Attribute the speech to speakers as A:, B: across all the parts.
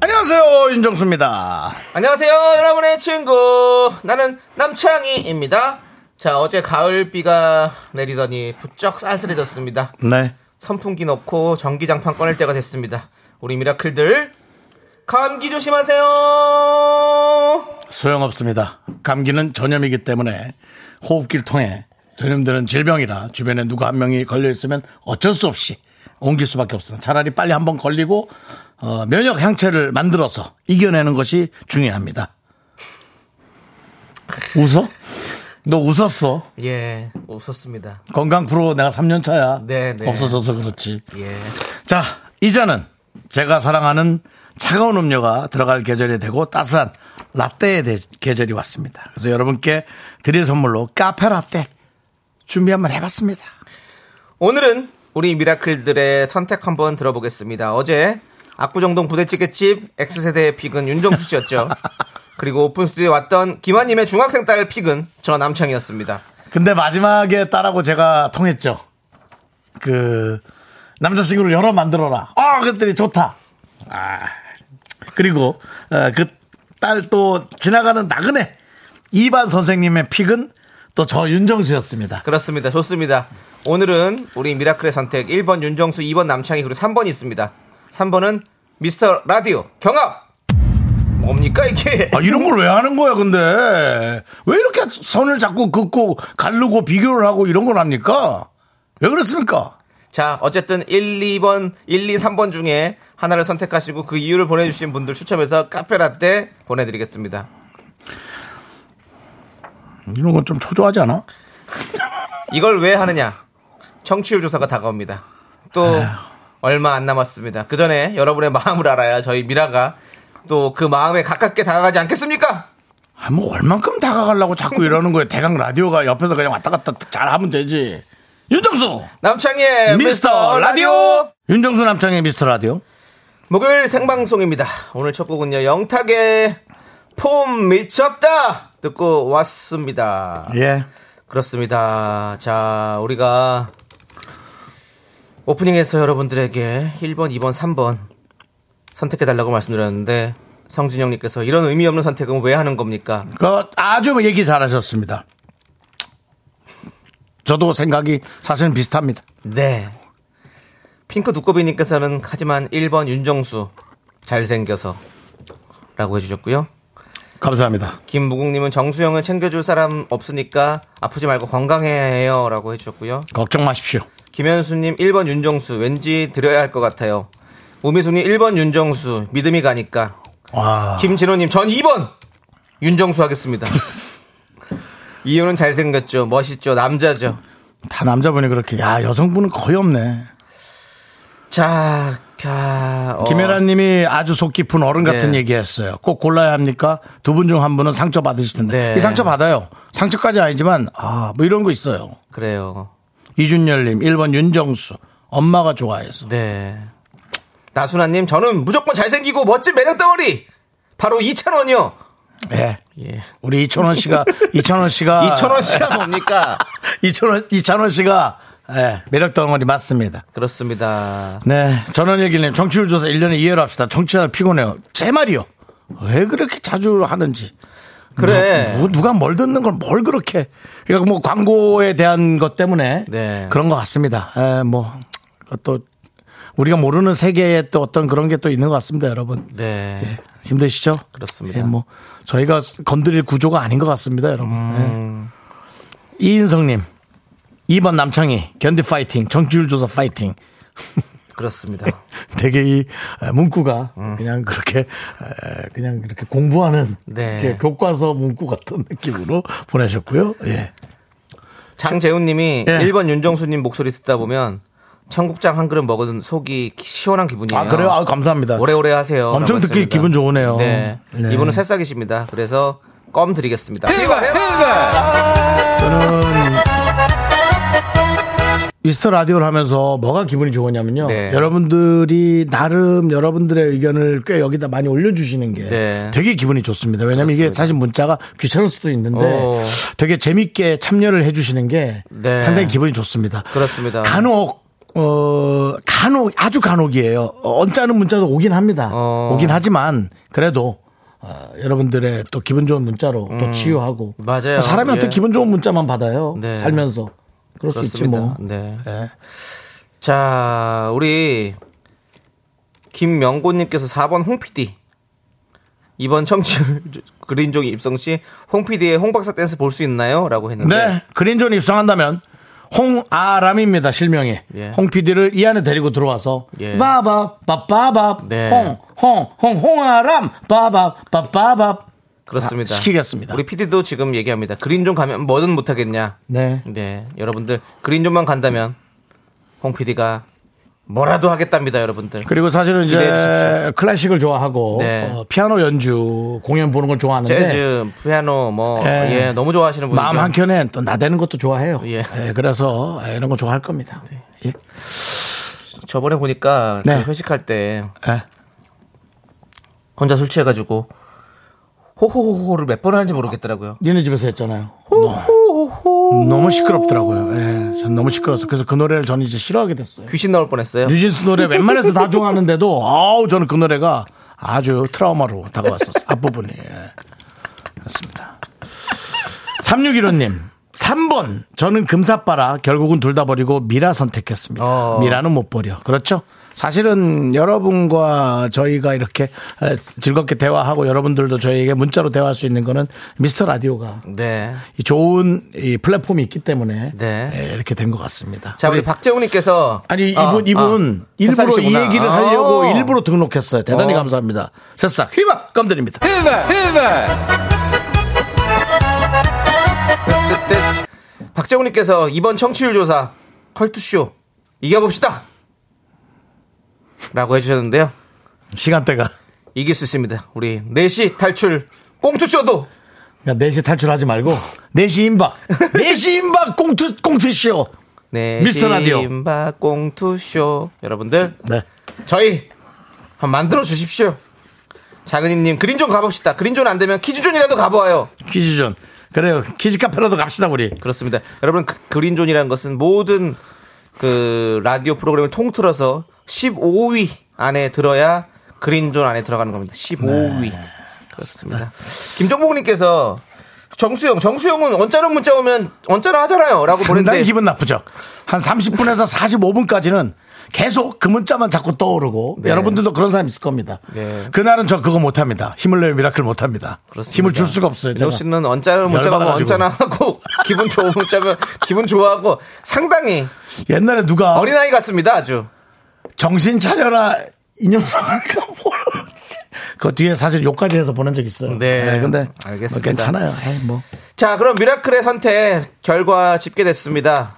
A: 안녕하세요 윤정수입니다.
B: 안녕하세요, 여러분의 친구. 나는 남창희입니다. 자, 어제 가을비가 내리더니 부쩍 쌀쌀해졌습니다.
A: 네.
B: 선풍기 넣고 전기장판 꺼낼 때가 됐습니다. 우리 미라클들, 감기 조심하세요!
A: 소용없습니다. 감기는 전염이기 때문에 호흡기를 통해 전염되는 질병이라 주변에 누구 한 명이 걸려 있으면 어쩔 수 없이 옮길 수밖에 없습니다. 차라리 빨리 한번 걸리고 어, 면역 항체를 만들어서 이겨내는 것이 중요합니다. 웃어? 너 웃었어?
B: 예, 웃었습니다.
A: 건강 프로 내가 3년 차야.
B: 네, 네.
A: 없어져서 그렇지.
B: 예.
A: 자, 이제는 제가 사랑하는 차가운 음료가 들어갈 계절이 되고 따스한 라떼의 대- 계절이 왔습니다. 그래서 여러분께 드릴 선물로 카페 라떼 준비 한번 해봤습니다.
B: 오늘은 우리 미라클들의 선택 한번 들어보겠습니다. 어제 압구정동 부대찌개집 X세대의 픽은 윤정수 씨였죠. 그리고 오픈 스튜디오에 왔던 김아님의 중학생 딸 픽은 저 남창이었습니다.
A: 근데 마지막에 딸하고 제가 통했죠. 그 남자친구를 여러 만들어라. 아, 그랬더니 좋다. 아, 그리고 그 딸 또 지나가는 나그네 이반 선생님의 픽은 또 저 윤정수였습니다.
B: 그렇습니다. 좋습니다. 오늘은 우리 미라클의 선택 1번 윤정수, 2번 남창희 그리고 3번이 있습니다. 3번은 미스터 라디오 경합. 뭡니까 이게?
A: 아, 이런 걸 왜 하는 거야, 근데? 왜 이렇게 선을 자꾸 긋고, 가르고, 비교를 하고 이런 걸 합니까? 왜 그렇습니까?
B: 자, 어쨌든 1, 2번, 1, 2, 3번 중에 하나를 선택하시고 그 이유를 보내주신 분들 추첨해서 카페라떼 보내드리겠습니다.
A: 이런 건 좀 초조하지 않아?
B: 이걸 왜 하느냐? 청취율 조사가 다가옵니다. 또 얼마 안 남았습니다. 그 전에 여러분의 마음을 알아야 저희 미라가 또 그 마음에 가깝게 다가가지 않겠습니까?
A: 아, 뭐, 얼만큼 다가가려고 자꾸 이러는 거야. 대강 라디오가 옆에서 그냥 왔다 갔다 잘 하면 되지. 윤정수! 네,
B: 남창희의
A: 미스터 라디오! 윤정수 남창의 미스터 라디오.
B: 목요일 생방송입니다. 오늘 첫 곡은요, 영탁의 폼 미쳤다! 듣고 왔습니다.
A: 예.
B: 그렇습니다. 자, 우리가 오프닝에서 여러분들에게 1번, 2번, 3번 선택해달라고 말씀드렸는데, 성진영님께서 이런 의미 없는 선택은 왜 하는 겁니까?
A: 그 아주 얘기 잘 하셨습니다. 저도 생각이 사실은 비슷합니다.
B: 네. 핑크 두꺼비님께서는 하지만 1번 윤정수 잘생겨서 라고 해주셨고요.
A: 감사합니다.
B: 김무국님은 정수영은 챙겨줄 사람 없으니까 아프지 말고 건강해야 해요 라고 해주셨고요.
A: 걱정 마십시오.
B: 김현수님 1번 윤정수 왠지 드려야 할 것 같아요. 우미숙님 1번 윤정수 믿음이 가니까.
A: 와.
B: 김진호님 전 2번 윤정수 하겠습니다. 이유는 잘생겼죠 멋있죠 남자죠.
A: 다 남자분이 그렇게 야 여성분은 거의 없네.
B: 자, 자 어,
A: 김혜란님이 아주 속 깊은 어른 같은
B: 네.
A: 얘기했어요. 꼭 골라야 합니까? 두 분 중 한 분은 상처 받으실 텐데
B: 네.
A: 이 상처 받아요. 상처까지 아니지만 아 뭐 이런 거 있어요.
B: 그래요.
A: 이준열님 1번 윤정수 엄마가 좋아해서
B: 네. 나순아님 저는 무조건 잘생기고 멋진 매력 덩어리 바로 이찬원이요.
A: 예
B: 예.
A: 우리 이천원 씨가 이천원 씨가
B: 이찬원 씨가 뭡니까?
A: 이천원 이찬원 씨가 예, 매력 덩어리 맞습니다.
B: 그렇습니다.
A: 네 전원일기님 정치율 조사 1년에 2회로 합시다. 정치자 피곤해요. 제 말이요. 왜 그렇게 자주 하는지
B: 그래.
A: 뭐, 누, 누가 뭘 듣는 걸 뭘 그렇게. 그러니까 뭐 광고에 대한 것 때문에
B: 네.
A: 그런 것 같습니다. 에, 뭐, 또 우리가 모르는 세계에 또 어떤 그런 게 또 있는 것 같습니다, 여러분.
B: 네.
A: 예, 힘드시죠?
B: 그렇습니다.
A: 예, 뭐 저희가 건드릴 구조가 아닌 것 같습니다, 여러분.
B: 음.
A: 예. 이인성님, 2번 남창희 견디 파이팅, 정치율 조사 파이팅.
B: 그렇습니다.
A: 예. 되게 이 에, 문구가 그냥 그렇게 에, 그냥 이렇게 공부하는
B: 네.
A: 이렇게 교과서 문구 같은 느낌으로 보내셨고요. 예.
B: 장재훈님이
A: 예.
B: 1번 윤정수님 목소리 듣다 보면 청국장 한 그릇 먹은 속이 기- 시원한 기분이에요.
A: 아, 그래요? 아, 감사합니다.
B: 오래오래 하세요.
A: 엄청
B: 라고
A: 듣기
B: 했습니다.
A: 기분 좋으네요.
B: 네.
A: 네. 예,
B: 이분은 새싹이십니다. 그래서 껌 드리겠습니다.
A: 저는 미스터 라디오를 하면서 뭐가 기분이 좋으냐면요.
B: 네.
A: 여러분들이 나름 여러분들의 의견을 꽤 여기다 많이 올려주시는 게
B: 네.
A: 되게 기분이 좋습니다. 왜냐면 이게 사실 문자가 귀찮을 수도 있는데
B: 오.
A: 되게 재밌게 참여를 해주시는 게
B: 어. 네.
A: 상당히 기분이 좋습니다.
B: 그렇습니다.
A: 간혹 어 간혹 아주 간혹이에요. 어, 언짢은 문자도 오긴 합니다.
B: 어.
A: 오긴 하지만 그래도 어, 여러분들의 또 기분 좋은 문자로 또 치유하고
B: 음. 맞아요.
A: 또 사람이 어떻게
B: 예.
A: 기분 좋은 문자만 받아요.
B: 네.
A: 살면서 그럴 수 있지
B: 그렇습니다.
A: 뭐.
B: 네.
A: 네.
B: 자, 우리 김명곤님께서 4번 홍PD. 이번 청취율 그린종이 입성 시 홍PD의 홍박사 댄스 볼 수 있나요? 라고 했는데.
A: 네, 그린존 입성한다면 홍아람입니다 실명이.
B: 예.
A: 홍 PD를 이 안에 데리고 들어와서
B: 예.
A: 바밥 바바밥
B: 네.
A: 홍홍 홍 홍아람 바밥 바바밥
B: 그렇습니다.
A: 아, 시키겠습니다.
B: 우리 PD도 지금 얘기합니다. 그린존 가면 뭐든 못하겠냐.
A: 네.
B: 네, 여러분들 그린존만 간다면 홍 PD가 뭐라도 하겠답니다, 여러분들.
A: 그리고 사실은
B: 기대해
A: 이제
B: 주십시오.
A: 클래식을 좋아하고
B: 네.
A: 어, 피아노 연주 공연 보는 걸 좋아하는데
B: 재즈, 피아노 뭐
A: 예.
B: 예. 너무 좋아하시는 분이죠.
A: 네. 마음 한 켠에 또 나대는 것도 좋아해요.
B: 예. 네.
A: 예, 그래서 이런 거 좋아할 겁니다. 예.
B: 저번에 보니까
A: 네.
B: 그 회식할 때
A: 예.
B: 혼자 술 취해가지고 호호호호를 몇 번 하는지 모르겠더라고요.
A: 니네 집에서 했잖아요. 네. 너무 시끄럽더라고요. 예, 전 너무 시끄러워서 그래서 그 노래를 저는 이제 싫어하게 됐어요.
B: 귀신 나올 뻔했어요.
A: 뉴진스 노래 웬만해서 다 좋아하는데도 아우 저는 그 노래가 아주 트라우마로 다가왔었어요. 앞부분이. 예. 그렇습니다. 3615님. 3번. 저는 금사빠라 결국은 둘 다 버리고 미라 선택했습니다.
B: 어.
A: 미라는 못 버려. 그렇죠? 사실은 여러분과 저희가 이렇게 에, 즐겁게 대화하고 여러분들도 저희에게 문자로 대화할 수 있는 거는 미스터 라디오가
B: 네.
A: 이 좋은 이 플랫폼이 있기 때문에
B: 네.
A: 에, 이렇게 된 것 같습니다.
B: 자 우리 박재훈님께서
A: 아니 이분
B: 아,
A: 이분
B: 아,
A: 일부러 이
B: 새싹이시구나.
A: 얘기를 하려고
B: 아.
A: 일부러 등록했어요. 대단히 감사합니다. 새싹 휘박 껌드립니다.
B: 뜻뜻. 박재훈님께서 이번 청취율 조사 컬투쇼 이겨봅시다 라고 해주셨는데요
A: 시간대가
B: 이길 수 있습니다 우리 4시 탈출 꽁투쇼도
A: 그러니까 4시 탈출하지 말고 4시 임박 4시 임박 꽁트 꽁트쇼
B: 네
A: 미스터 라디오.
B: 임바 꽁투쇼 여러분들
A: 네.
B: 저희 한번 만들어 주십시오 작은이님 그린존 가봅시다 그린존 안되면 키즈존이라도 가보아요
A: 퀴즈존 그래요 퀴즈 카페라도 갑시다 우리
B: 그렇습니다. 여러분 그- 그린존이라는 것은 모든 그 라디오 프로그램을 통틀어서 15위 안에 들어야 그린존 안에 들어가는 겁니다. 15위.
A: 네,
B: 그렇습니다. 김정복님께서 정수영, 정수영은 언짢은 문자 오면 언짢아 하잖아요라고
A: 상당히
B: 보는데
A: 기분 나쁘죠 한 30분에서 45분까지는 계속 그 문자만 자꾸 떠오르고
B: 네.
A: 여러분들도 그런 사람 있을 겁니다
B: 네.
A: 그날은 저 그거 못합니다 힘을 내요 미라클 못합니다
B: 그렇습니다.
A: 힘을 줄 수가 없어요 제가.
B: 민호 씨는 언짢은 문자 오면
A: 열받아가지고.
B: 언짢아 하고 기분 좋은 문자면 기분 좋아하고 상당히
A: 옛날에 누가
B: 어린 아이 같습니다. 아주
A: 정신 차려라 이 녀석아 그 뒤에 사실 욕까지 해서 보낸 적 있어요.
B: 네.
A: 근데
B: 알겠습니다.
A: 뭐 괜찮아요. 에이, 뭐
B: 자, 그럼 미라클의 선택 결과 집계됐습니다.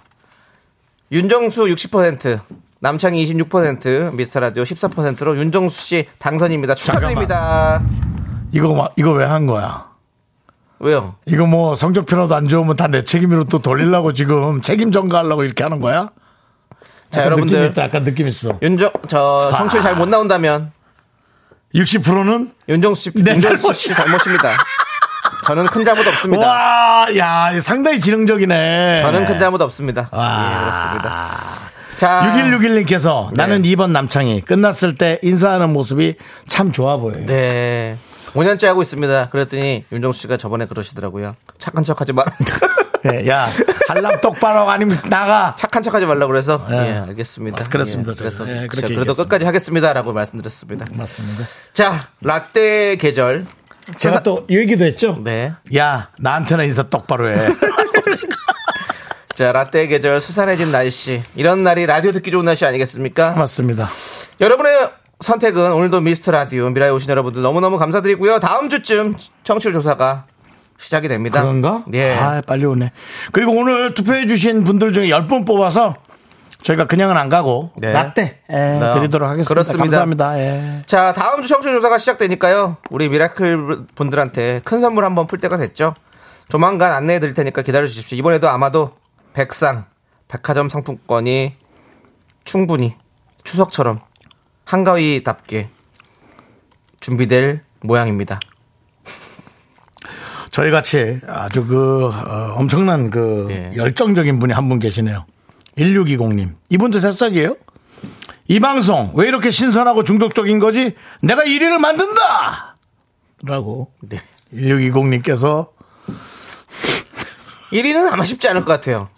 B: 윤정수 60%, 남창희 26%, 미스터 라디오 14%로 윤정수 씨 당선입니다. 축하드립니다.
A: 이거 와- 이거 왜 한 거야?
B: 왜요?
A: 이거 뭐 성적표라도 안 좋으면 다 내 책임으로 또 돌리려고 지금 책임 전가하려고 이렇게 하는 거야?
B: 자,
A: 약간
B: 여러분들.
A: 느낌 있다. 약간 느낌 있어.
B: 윤정 저 청취율 잘 못 나온다면
A: 60%는
B: 윤정수 씨,
A: 내
B: 윤정수 씨 잘못입니다. 저는 큰 잘못 없습니다.
A: 와, 야, 상당히 지능적이네.
B: 저는 큰 잘못 없습니다.
A: 와.
B: 예, 그렇습니다.
A: 아.
B: 자,
A: 6161님께서 나는 2번 남창이 끝났을 때 인사하는 모습이 참 좋아 보여요.
B: 네. 5년째 하고 있습니다. 그랬더니 윤정수 씨가 저번에 그러시더라고요. 착한 척하지 마라.
A: 예, 야, 한람 똑바로 아니면 나가.
B: 착한 척하지 말라고 그래서
A: 예.
B: 예, 알겠습니다.
A: 아, 그렇습니다,
B: 예,
A: 저는.
B: 그래서
A: 예,
B: 제가
A: 그렇게
B: 그래도
A: 얘기했습니다. 음,
B: 끝까지 하겠습니다라고 말씀드렸습니다.
A: 맞습니다.
B: 자, 라떼 계절.
A: 제가 또 이 얘기도 했죠.
B: 네.
A: 야 나한테는 인사 똑바로 해.
B: 자, 라떼 계절 수산해진 날씨. 이런 날이 라디오 듣기 좋은 날씨 아니겠습니까?
A: 맞습니다.
B: 여러분의 선택은 오늘도 미스터 라디오 미라에 오신 여러분들 너무너무 감사드리고요. 다음 주쯤 청취율 조사가 시작이 됩니다.
A: 그런가?
B: 예.
A: 아 빨리 오네. 그리고 오늘 투표해주신 분들 중에 10분 뽑아서 저희가 그냥은 안 가고
B: 네.
A: 라떼 예,
B: 네.
A: 드리도록 하겠습니다.
B: 그렇습니다.
A: 감사합니다. 예.
B: 자, 다음 주 청취 조사가 시작되니까요. 우리 미라클 분들한테 큰 선물 한번 풀 때가 됐죠. 조만간 안내해 드릴 테니까 기다려 주십시오. 이번에도 아마도 백상, 백화점 상품권이 충분히 추석처럼 한가위답게 준비될 모양입니다.
A: 저희 같이 아주 그 어, 엄청난 그
B: 예.
A: 열정적인 분이 한 분 계시네요. 1620님. 이분도 새싹이에요? 이 방송 왜 이렇게 신선하고 중독적인 거지? 내가 1위를 만든다! 라고
B: 네.
A: 1620님께서
B: 1위는 아마 쉽지 않을 것 같아요.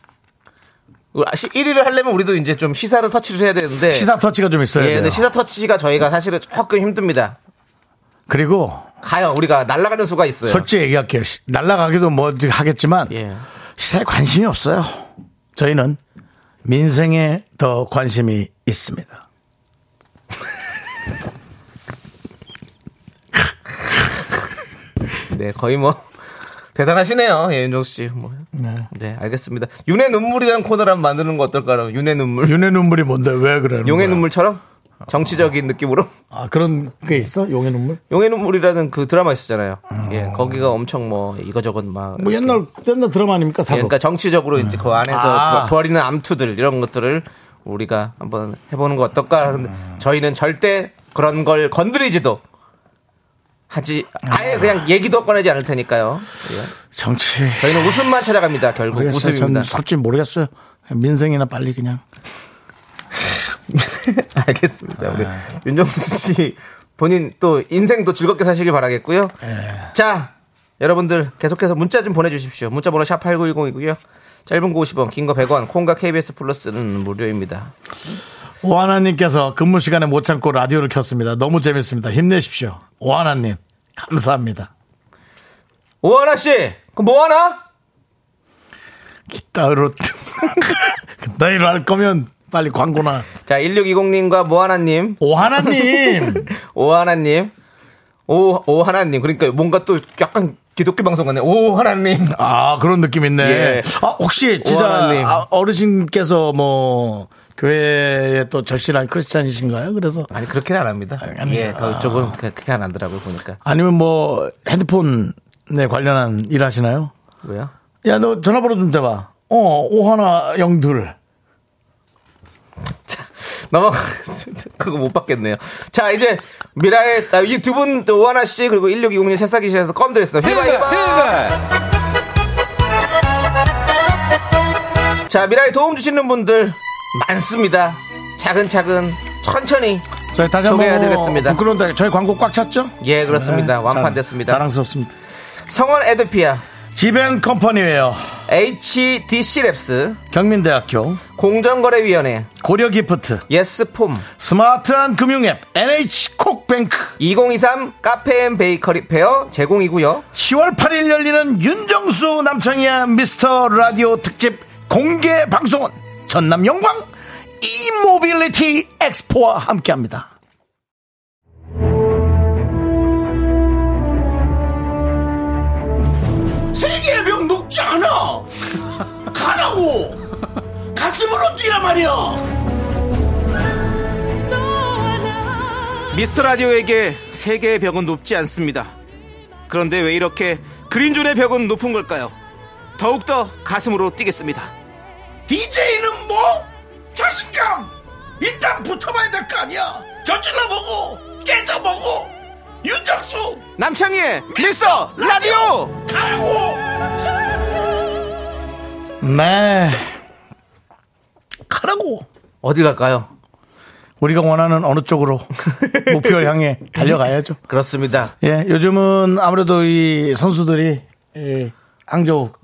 B: 1위를 하려면 우리도 이제 좀 시사를 터치를 해야 되는데.
A: 시사 터치가 좀 있어야
B: 예,
A: 돼요.
B: 근데 시사 터치가 저희가 사실은 조금 힘듭니다.
A: 그리고
B: 가요. 우리가 날아가는 수가 있어요.
A: 솔직히 얘기할게요. 시- 날라가기도 뭐 하겠지만
B: 예.
A: 시사에 관심이 없어요. 저희는 민생에 더 관심이 있습니다.
B: 네, 거의 뭐 대단하시네요, 예, 윤정수 씨. 뭐. 네. 알겠습니다. 윤의 눈물이라는 코너를 한번 만드는 거 어떨까요? 윤의 눈물,
A: 윤의 눈물이 뭔데 왜 그러는
B: 용의
A: 거야?
B: 눈물처럼 어. 정치적인 느낌으로
A: 아 그런 게 있어? 용의 눈물?
B: 용의 눈물이라는 그 드라마 있었잖아요. 예, 거기가 엄청 뭐 이거저것 막.
A: 뭐
B: 이렇게.
A: 옛날 옛날 드라마 아닙니까?
B: 예,
A: 사극.
B: 그러니까 정치적으로 이제 그 안에서
A: 아.
B: 버- 버리는 암투들 이런 것들을 우리가 한번 해보는 거 어떨까? 하는데 저희는 절대 그런 걸 건드리지도 하지 아예 그냥 얘기도 꺼내지 않을 테니까요. 예.
A: 정치.
B: 저희는 웃음만 찾아갑니다. 결국
A: 모르겠어요.
B: 웃음입니다.
A: 전 솔직히 모르겠어요. 민생이나 빨리 그냥.
B: 알겠습니다. 우리 윤정수 씨 본인 또 인생도 즐겁게 사시길 바라겠고요. 자, 여러분들 계속해서 문자 좀 보내주십시오. 문자 번호 샵 8910이고요. 짧은 거 50원, 긴 거 100원, 콩과 KBS 플러스는 무료입니다.
A: 오하나님께서 근무 시간에 못 참고 라디오를 켰습니다. 너무 재밌습니다. 힘내십시오. 오하나님 감사합니다.
B: 오하나 씨, 그럼 뭐 하나?
A: 기타로 너희로 할 거면 빨리 광고나.
B: 자, 1620님과 모하나님, 음.
A: 오하나님
B: 오하나님, 오, 오하나님. 그러니까 뭔가 또 약간 기독교 방송 같네. 오하나님.
A: 아 그런 느낌 있네.
B: 예.
A: 아 혹시 진짜
B: 오하나님.
A: 아, 어르신께서 뭐 교회에 또 절실한 크리스찬이신가요? 그래서
B: 아니, 그렇게는 안 합니다.
A: 아니,
B: 예, 그쪽은 그렇게 안 하더라고요, 보니까.
A: 아니면 뭐 핸드폰에 관련한 일 하시나요?
B: 왜요?
A: 야, 너 전화번호 좀 대봐. 어, 오하나 영둘.
B: 자, 넘어가겠습니다. 그거 못 받겠네요. 자, 이제 미라의 아, 이 두 분 오하나 씨 그리고 1620님 새싹이시라서 껌 드렸습니다. 휘바 휘바. 자, 미라에 도움 주시는 분들 많습니다. 차근차근 천천히
A: 저희 다시 한번
B: 소개해드리겠습니다.
A: 부끄러운데 저희 광고 꽉 찼죠?
B: 예, 그렇습니다.
A: 네,
B: 완판
A: 자랑-
B: 됐습니다.
A: 자랑스럽습니다.
B: 성원 에드피아,
A: 지벤 컴퍼니웨어,
B: HDC 랩스,
A: 경민대학교,
B: 공정거래위원회,
A: 고려기프트,
B: 예스폼,
A: 스마트한 금융앱, NH콕뱅크,
B: 2023 카페앤 베이커리 페어 제공이고요.
A: 10월 8일 열리는 윤정수 남창희의 미스터 라디오 특집 공개 방송은 전남 영광 이모빌리티 엑스포와 함께합니다. 세계의 병 녹지 않아. 가라고. 가슴으로 뛰란 말이야.
B: 미스터 라디오에게 세계의 벽은 높지 않습니다. 그런데 왜 이렇게 그린존의 벽은 높은 걸까요? 더욱더 가슴으로 뛰겠습니다.
A: DJ는 뭐? 자신감. 일단 붙어봐야 될 거 아니야. 저질러보고 깨져보고 윤정수
B: 남창희의 미스터 라디오!
A: 네. 가라고.
B: 어디 갈까요?
A: 우리가 원하는 어느 쪽으로 목표를 향해 달려가야죠.
B: 그렇습니다.
A: 예, 요즘은 아무래도 이 선수들이 이 항저우에서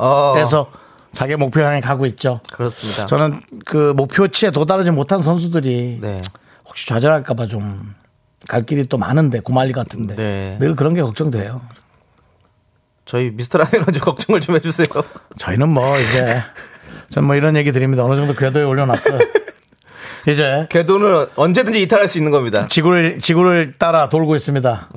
B: 어.
A: 자기 목표 향해 가고 있죠.
B: 그렇습니다.
A: 저는 그 목표치에 도달하지 못한 선수들이
B: 네.
A: 혹시 좌절할까봐 좀 갈 길이 또 많은데 고말리 같은데
B: 네.
A: 늘 그런 게 걱정돼요.
B: 저희 미스터 라디오는 좀 걱정을 좀 해주세요.
A: 저희는 뭐 이제 전 뭐 이런 얘기 드립니다. 어느 정도 궤도에 올려놨어요. 이제
B: 궤도는 언제든지 이탈할 수 있는 겁니다. 음.
A: 지구를 지구를 따라 돌고 있습니다.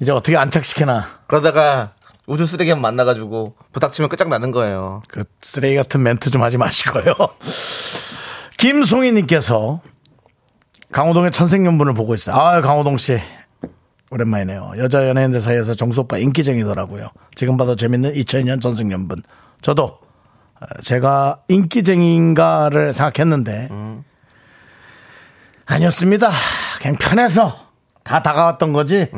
A: 이제 어떻게 안착시키나
B: 그러다가 우주 쓰레기만 만나가지고 부닥치면 끝장나는 거예요.
A: 그 쓰레기 같은 멘트 좀 하지 마시고요. 김송이님께서 강호동의 천생연분을 보고 있어요. 아, 강호동 씨. 오랜만이네요. 여자 연예인들 사이에서 정수 오빠 인기쟁이더라고요. 지금 봐도 재밌는 2002년 전승연분. 저도 어, 제가 인기쟁이인가를 생각했는데 아니었습니다. 그냥 편해서 다 다가왔던 거지.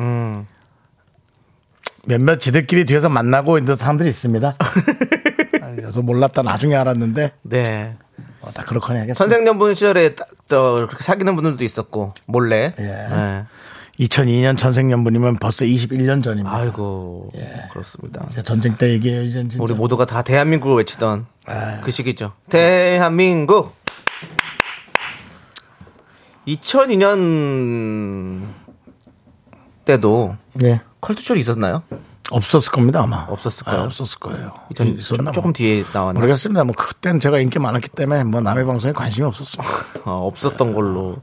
A: 몇몇 지들끼리 뒤에서 만나고 있는 사람들이 있습니다. 아, 그래서 몰랐다 나중에 알았는데
B: 네.
A: 어, 다 그렇거니 하겠습니다.
B: 선생연분 시절에 딱, 저 그렇게 사귀는 분들도 있었고 몰래.
A: 예.
B: 네.
A: 2002년 전생연분이면 벌써 21년 전입니다.
B: 아이고
A: 예.
B: 그렇습니다.
A: 이제 전쟁 때 얘기예요, 이젠 진짜.
B: 우리 뭐- 모두가 다 대한민국을 외치던 그 시기죠. 대한민국. 2002년 때도
A: 예.
B: 컬투쇼이 있었나요?
A: 없었을 겁니다, 아마.
B: 없었을 거예요.
A: 아, 없었을 거예요.
B: 이전
A: 있었나
B: 조금
A: 뭐.
B: 뒤에 나왔나?
A: 모르겠습니다. 뭐 그땐 제가 인기 많았기 때문에 뭐 남의 방송에 관심이 없었습니다. 예.
B: 아, 없었던 걸로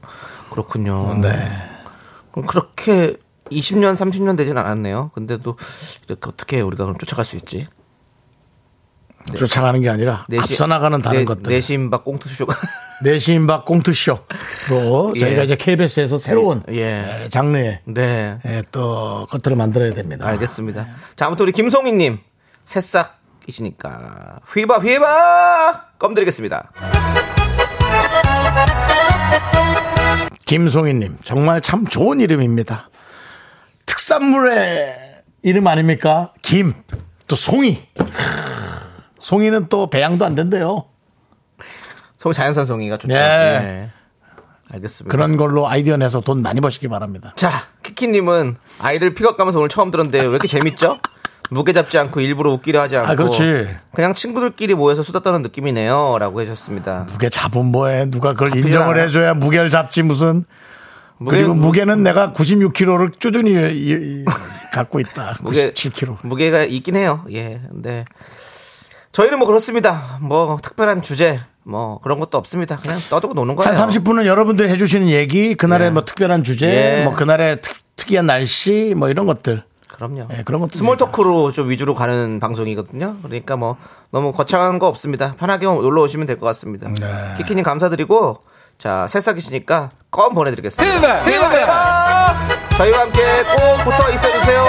B: 그렇군요.
A: 네.
B: 네. 그럼 그렇게 20년, 30년 되진 않았네요. 근데도 이렇게 어떻게 우리가 그럼 쫓아갈 수 있지?
A: 네. 쫓아가는 게 아니라
B: 네
A: 앞서 나가는 다른
B: 내-
A: 것들. 네
B: 내심박 꽁투쇼가
A: 내시인박 꽁투쇼로
B: 예.
A: 저희가 이제 KBS에서 새로운
B: 예.
A: 에, 장르의
B: 네.
A: 에, 또 것들을 만들어야 됩니다.
B: 아, 알겠습니다.
A: 네.
B: 자, 아무튼 우리 김송희님 새싹이시니까 휘바 휘바 껌 드리겠습니다.
A: 김송희님 정말 참 좋은 이름입니다. 특산물의 이름 아닙니까? 김, 또 송이. 송이는 또 배양도 안 된대요.
B: 송이 자연산 송이가 좋죠.
A: 예.
B: 예. 알겠습니다.
A: 그런 걸로 아이디어 내서 돈 많이 버시기 바랍니다.
B: 자, 키키님은 아이들 픽업 가면서 오늘 처음 들었는데 왜 이렇게 재밌죠? 무게 잡지 않고 일부러 웃기려 하지 않고
A: 아, 그렇지.
B: 냥 친구들끼리 모여서 수다 떠는 느낌이네요라고 해주셨습니다.
A: 무게 잡은 뭐해? 누가 그걸
B: 잡히지
A: 인정을
B: 않아요.
A: 해줘야 무게를 잡지 무슨. 그리고 무게는 내가 96kg를 꾸준히 이- 이- 갖고 있다. 97kg.
B: 무게가 있긴 해요. 예, 근데 저희는 뭐 그렇습니다. 뭐 특별한 주제 뭐 그런 것도 없습니다. 그냥 떠들고 노는 거예요.
A: 한 30분은 여러분들이 해주시는 얘기, 그날의
B: 예.
A: 뭐 특별한 주제,
B: 예.
A: 뭐 그날의 특, 특이한 날씨, 뭐 이런 것들.
B: 그럼요.
A: 예, 그런 것도
B: 스몰
A: 됩니다.
B: 토크로 좀 위주로 가는 방송이거든요. 그러니까 뭐 너무 거창한 거 없습니다. 편하게 놀러 오시면 될 것 같습니다.
A: 네.
B: 키키님 감사드리고 자 새싹이시니까 껌 보내드리겠습니다. 저희와 함께 꼭 붙어 있어주세요.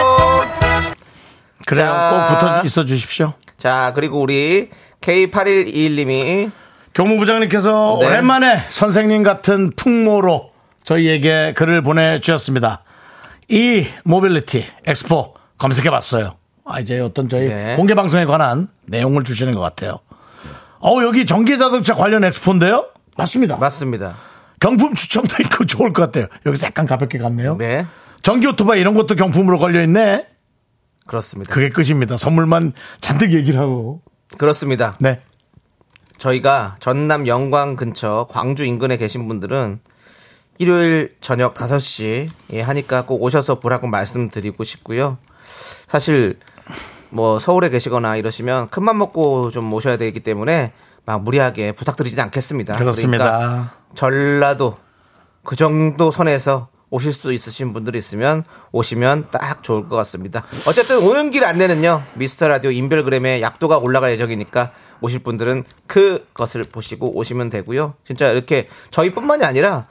A: 그래요.
B: 자.
A: 꼭 붙어 있어 주십시오.
B: 자 그리고 우리 K8121님이
A: 교무부장님께서
B: 네.
A: 오랜만에 선생님 같은 풍모로 저희에게 글을 보내주셨습니다. 이 모빌리티 엑스포 검색해봤어요. 아, 이제 어떤 저희
B: 네.
A: 공개 방송에 관한 내용을 주시는 것 같아요. 어우, 여기 전기 자동차 관련 엑스포인데요? 맞습니다.
B: 맞습니다.
A: 경품 추첨도 있고 좋을 것 같아요. 여기서 약간 가볍게 갔네요.
B: 네
A: 전기 오토바이 이런 것도 경품으로 걸려있네.
B: 그렇습니다.
A: 그게 끝입니다. 선물만 잔뜩 얘기를 하고.
B: 그렇습니다.
A: 네.
B: 저희가 전남 영광 근처 광주 인근에 계신 분들은 일요일 저녁 5시 예, 하니까 꼭 오셔서 보라고 말씀드리고 싶고요. 사실 뭐 서울에 계시거나 이러시면 큰맘 먹고 좀 오셔야 되기 때문에 막 무리하게 부탁드리진 않겠습니다.
A: 그렇습니다.
B: 그러니까 전라도 그 정도 선에서 오실 수 있으신 분들이 있으면 오시면 딱 좋을 것 같습니다. 어쨌든 오는 길 안내는요. 미스터 라디오 인별그램에 약도가 올라갈 예정이니까 오실 분들은 그것을 보시고 오시면 되고요. 진짜 이렇게 저희뿐만이 아니라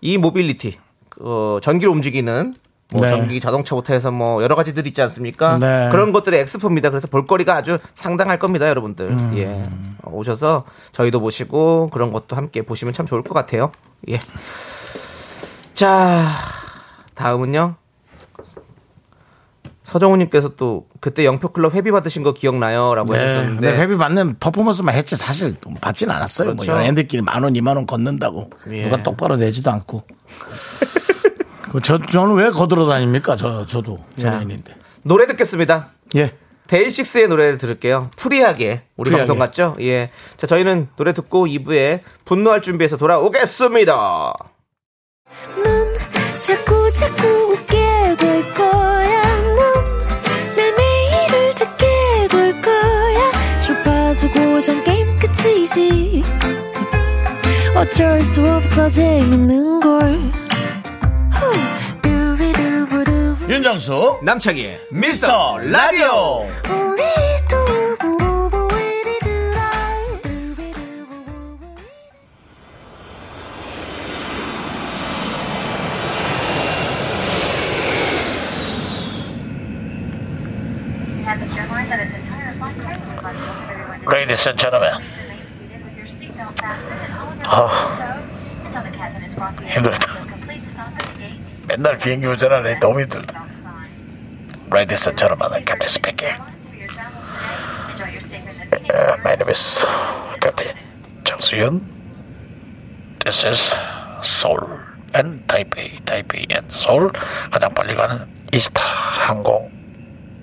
B: 이 모빌리티 어, 전기로 움직이는 뭐
A: 네.
B: 전기 자동차부터 해서 뭐 여러 가지들 있지 않습니까?
A: 네.
B: 그런 것들의 엑스포입니다. 그래서 볼거리가 아주 상당할 겁니다, 여러분들.
A: 음.
B: 예. 오셔서 저희도 보시고 그런 것도 함께 보시면 참 좋을 것 같아요. 예. 자, 다음은요. 서정우님께서 또 그때 영표클럽 회비 받으신 거 기억나요라고
A: 네.
B: 해주셨는데
A: 근데 회비 받는 퍼포먼스만 했지 사실 또 받진 않았어요. 뭐
B: 그렇죠.
A: 연예인들끼리 만 원, 이만 원 걷는다고
B: 예.
A: 누가 똑바로 내지도 않고. 그 저, 저는 왜 거들어 다닙니까? 저, 저도 연예인인데.
B: 노래 듣겠습니다.
A: 예.
B: 데이식스의 노래를 들을게요. 프리하게 우리
A: 프리하게.
B: 방송 같죠? 예. 자, 저희는 노래 듣고 2부에 분노할 준비해서 돌아오겠습니다.
C: 넌 자꾸 자꾸 웃게 될 거야. 넌내 매일을 듣게 될 거야. 주파수 고정 게임 끝이지. 어쩔 수 없어 재밌는 걸. 후. 두비두부두.
A: 윤정수,
B: 남창희의
A: 미스터 라디오!
C: 우리 두부부부 우리 두라. 두비두부부 우리
D: Ladies and gentlemen. 아, 힘들다. 맨날 비행기 운전하니 너무 힘들다. Ladies and gentlemen, I'm Captain speaking. Uh, my name is Captain 정수윤. This is Seoul and Taipei, Taipei and Seoul. 가장 빨리 가는 이스타 항공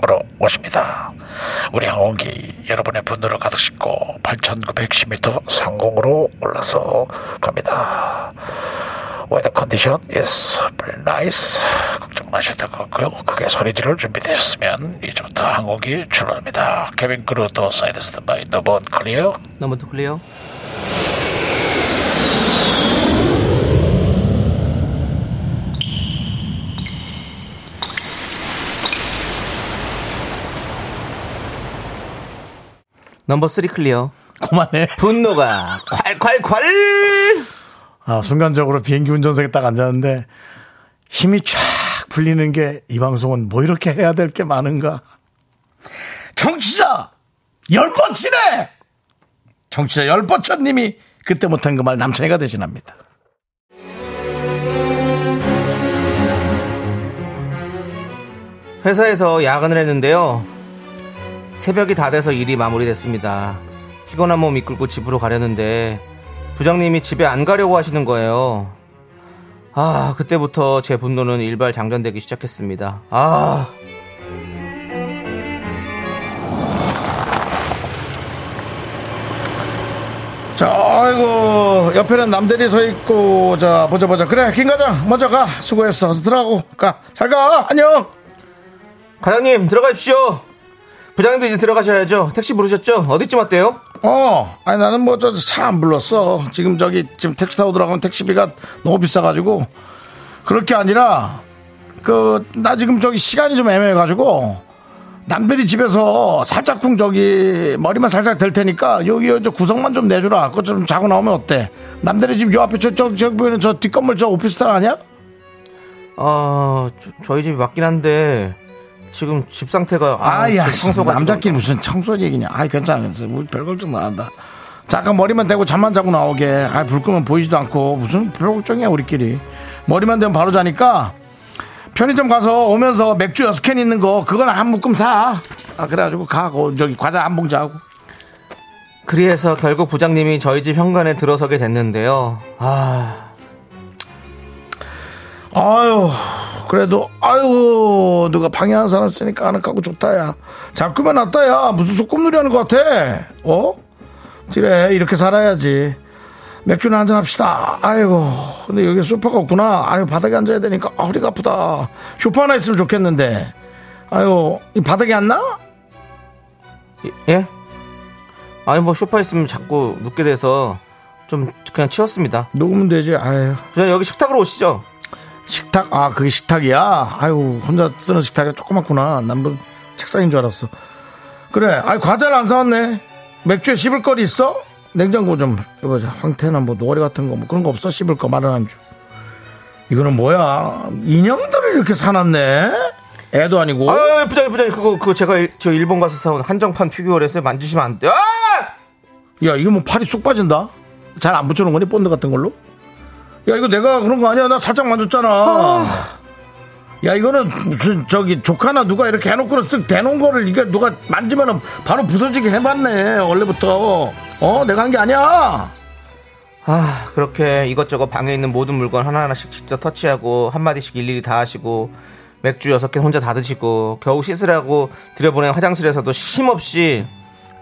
D: 으로 오십니다. 우리 항공기 여러분의 분노를 가득 싣고 8,910m 상공으로 올라서 갑니다. Weather condition is very nice. 걱정 마셔도 될 것 같고요. 크게 소리 지를 준비되셨으면 이제부터 항공기 출발합니다. 케빈 크루도 사이드 스탠바이 너번 클리어.
B: 넘버 투 클리어. 넘버 쓰리 클리어.
A: 그만해.
B: 분노가 콸콸콸!
A: 아, 순간적으로 비행기 운전석에 딱 앉았는데 힘이 쫙 풀리는 게 이 방송은 뭐 이렇게 해야 될 게 많은가. 정치자! 열 번 치네! 정치자 열 번 쳤님이 그때 못한 그 말 남창희가 대신합니다.
B: 회사에서 야근을 했는데요. 새벽이 다 돼서 일이 마무리됐습니다. 피곤한 몸 이끌고 집으로 가려는데 부장님이 집에 안 가려고 하시는 거예요. 아, 그때부터 제 분노는 일발 장전되기 시작했습니다. 아.
A: 자, 아이고, 옆에는 남대리 서 있고, 자, 보자, 보자. 그래, 김과장, 먼저 가. 수고했어. 어서 들어가고, 가. 잘 가. 안녕!
B: 과장님, 들어가십시오. 부장님도 이제 들어가셔야죠. 택시 부르셨죠? 어디쯤 왔대요?
A: 어, 아니 나는 뭐 저 차 안 불렀어. 지금 저기 지금 택시 타고 들어가면 택시비가 너무 비싸가지고 그렇게 아니라 그 나 지금 저기 시간이 좀 애매해가지고 남들이 집에서 살짝쿵 저기 머리만 살짝 댈 테니까 여기 저 구성만 좀 내주라. 그거 좀 자고 나오면 어때? 남들이 집 요 앞에 저저 저기 보이는 저 뒷건물 저 오피스텔 아니야?
B: 아, 저, 희 집이 맞긴 한데 지금 집 상태가 아,
A: 아야 예,
B: 지금 청소가
A: 남자끼리 무슨 청소 얘기냐 아이 괜찮아 괜찮아 뭐 별걱정 나한다 잠깐 머리만 대고 잠만 자고 나오게 아불 끄면 보이지도 않고 무슨 별걱정이야 우리끼리 머리만 대면 바로 자니까 편의점 가서 오면서 맥주 여섯 캔 있는 거 그건 한 묶음 사 아, 그래가지고 가고 저기 과자 한 봉지 하고
B: 그리해서 결국 부장님이 저희 집 현관에 들어서게 됐는데요. 아,
A: 아유 그래도 아유 누가 방해하는 사람 있으니까 안 하고 좋다야 잘 꾸며놨다야 무슨 소꿉놀이 하는 것 같아 어? 그래 이렇게 살아야지 맥주나 한잔 합시다 아이고 근데 여기 소파가 없구나 아유 바닥에 앉아야 되니까 아, 허리가 아프다 소파 하나 있으면 좋겠는데 아유 이 바닥에 앉나?
B: 예? 아니 뭐 쇼파 있으면 자꾸 눕게 돼서 좀 그냥 치웠습니다.
A: 녹으면 되지 아유
B: 그냥 여기 식탁으로 오시죠.
A: 식탁 아 그게 식탁이야 아유 혼자 쓰는 식탁이 조그맣구나 난 뭐 책상인 줄 알았어 그래 아이 과자를 안 사왔네 맥주에 씹을 거리 있어 냉장고 좀 해보자 황태나 뭐 노가리 같은 거 뭐 그런 거 없어 씹을 거 마른 안주 이거는 뭐야 인형들을 이렇게 사놨네 애도 아니고
B: 아, 부장님, 부장님, 그거 그거 제가 일- 저 일본 가서 사온 한정판 피규어에서 만지시면 안 돼요. 아!
A: 야 이거 뭐 팔이 쑥 빠진다 잘 안 붙여놓은 거니 본드 같은 걸로 야 이거 내가 그런 거 아니야 나 살짝 만졌잖아 야 이거는 무슨 저기 조카나 누가 이렇게 해놓고는 쓱 대놓은 거를 이게 누가 만지면은 바로 부서지게 해봤네 원래부터 어 내가 한 게 아니야
B: 아, 그렇게 이것저것 방에 있는 모든 물건 하나하나씩 직접 터치하고 한마디씩 일일이 다 하시고 맥주 여섯 캔 혼자 다 드시고 겨우 씻으라고 들여보낸 화장실에서도 쉼없이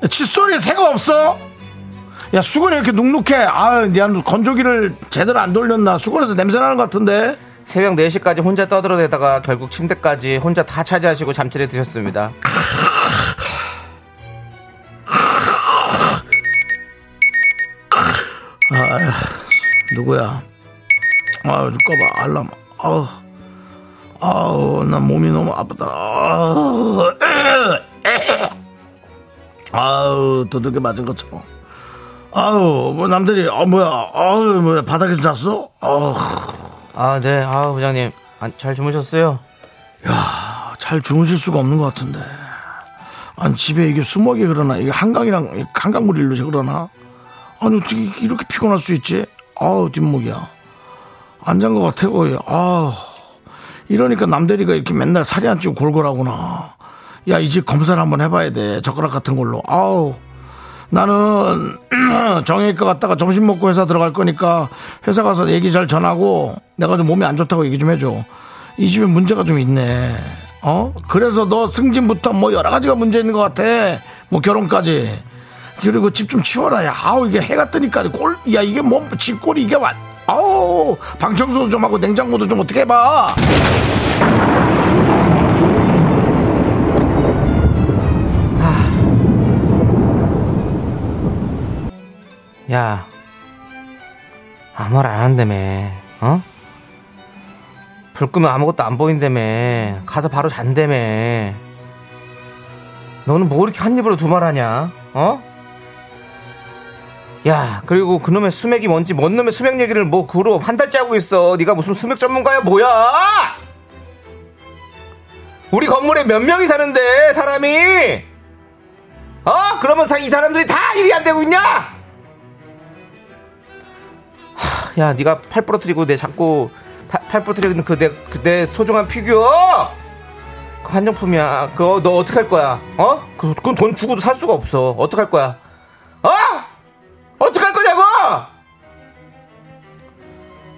A: 칫솔이 새가 없어 야 수건이 이렇게 눅눅해 아유 니한 건조기를 제대로 안 돌렸나 수건에서 냄새 나는 것 같은데
B: 새벽 4시까지 혼자 떠들어대다가 결국 침대까지 혼자 다 차지하시고 잠자리에 드셨습니다.
A: 누구야? 아유, 꺼봐, 알람. 아우, 아우, 나 몸이 너무 아프다. 아우, 아우 도둑에 맞은 것처럼. 아우, 뭐, 남들이, 아, 뭐야, 아우, 뭐야, 바닥에서 잤어? 아우,
B: 아, 네. 아, 부장님. 아, 잘 주무셨어요?
A: 잘 주무실 수가 없는 것 같은데. 아니 집에 이게 수목이 그러나 이게 한강이랑 한강물 일로 그러나 아니 어떻게 이렇게 피곤할 수 있지? 아우 뒷목이야 안 잔 것 같아 거의 아 이러니까 남대리가 이렇게 맨날 살이 안 찌고 골골하구나 야 이제 검사를 한번 해봐야 돼 젓가락 같은 걸로 아우 나는 정형외과 갔다가 점심 먹고 회사 들어갈 거니까 회사 가서 얘기 잘 전하고 내가 좀 몸이 안 좋다고 얘기 좀 해줘. 이 집에 문제가 좀 있네. 어? 그래서 너 승진부터 뭐 여러 가지가 문제 있는 것 같아. 뭐 결혼까지. 그리고 집 좀 치워라. 야, 아우 이게 해가 뜨니까 꼴, 야 이게 뭐 집골이 이게 완. 아우 방 청소도 좀 하고 냉장고도 좀 어떻게 해봐.
B: 야, 아무 말 안 한다며, 어? 불 끄면 아무것도 안 보인다며, 가서 바로 잔다며. 너는 뭐 이렇게 한 입으로 두 말 하냐, 어? 야, 그리고 그놈의 수맥이 뭔지, 뭔 놈의 수맥 얘기를 뭐 그로 한 달째 하고 있어. 네가 무슨 수맥 전문가야, 뭐야! 우리 건물에 몇 명이 사는데, 사람이! 어? 그러면 사- 이 사람들이 다 일이 안 되고 있냐? 야, 네가 팔 부러뜨리고 내 자꾸 파- 팔 부러뜨리는 그내 그내 소중한 피규어. 그 한정품이야. 그거 너 어떻게 할 거야? 어? 그- 그건 돈 주고도 살 수가 없어. 어떻게 할 거야? 어? 어떻게 할 거냐고?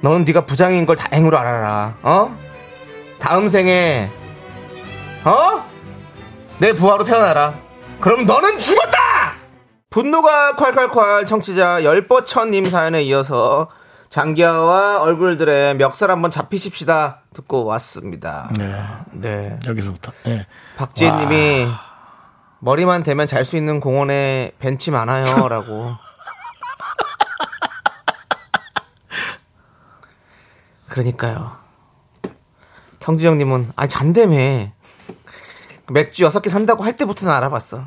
B: 너는 네가 부장인 걸 다행으로 알아라. 어? 다음 생에 어? 내 부하로 태어나라. 그럼 너는 죽었다! 분노가 콸콸콸 청취자 열버천님 사연에 이어서 장기하와 얼굴들의 멱살 한번 잡히십시다 듣고 왔습니다.
A: 네
B: 네.
A: 여기서부터. 네.
B: 박지혜님이 머리만 대면 잘 수 있는 공원에 벤치 많아요라고. 그러니까요. 성지영님은 아 잔대매 맥주 여섯 개 산다고 할 때부터는 알아봤어.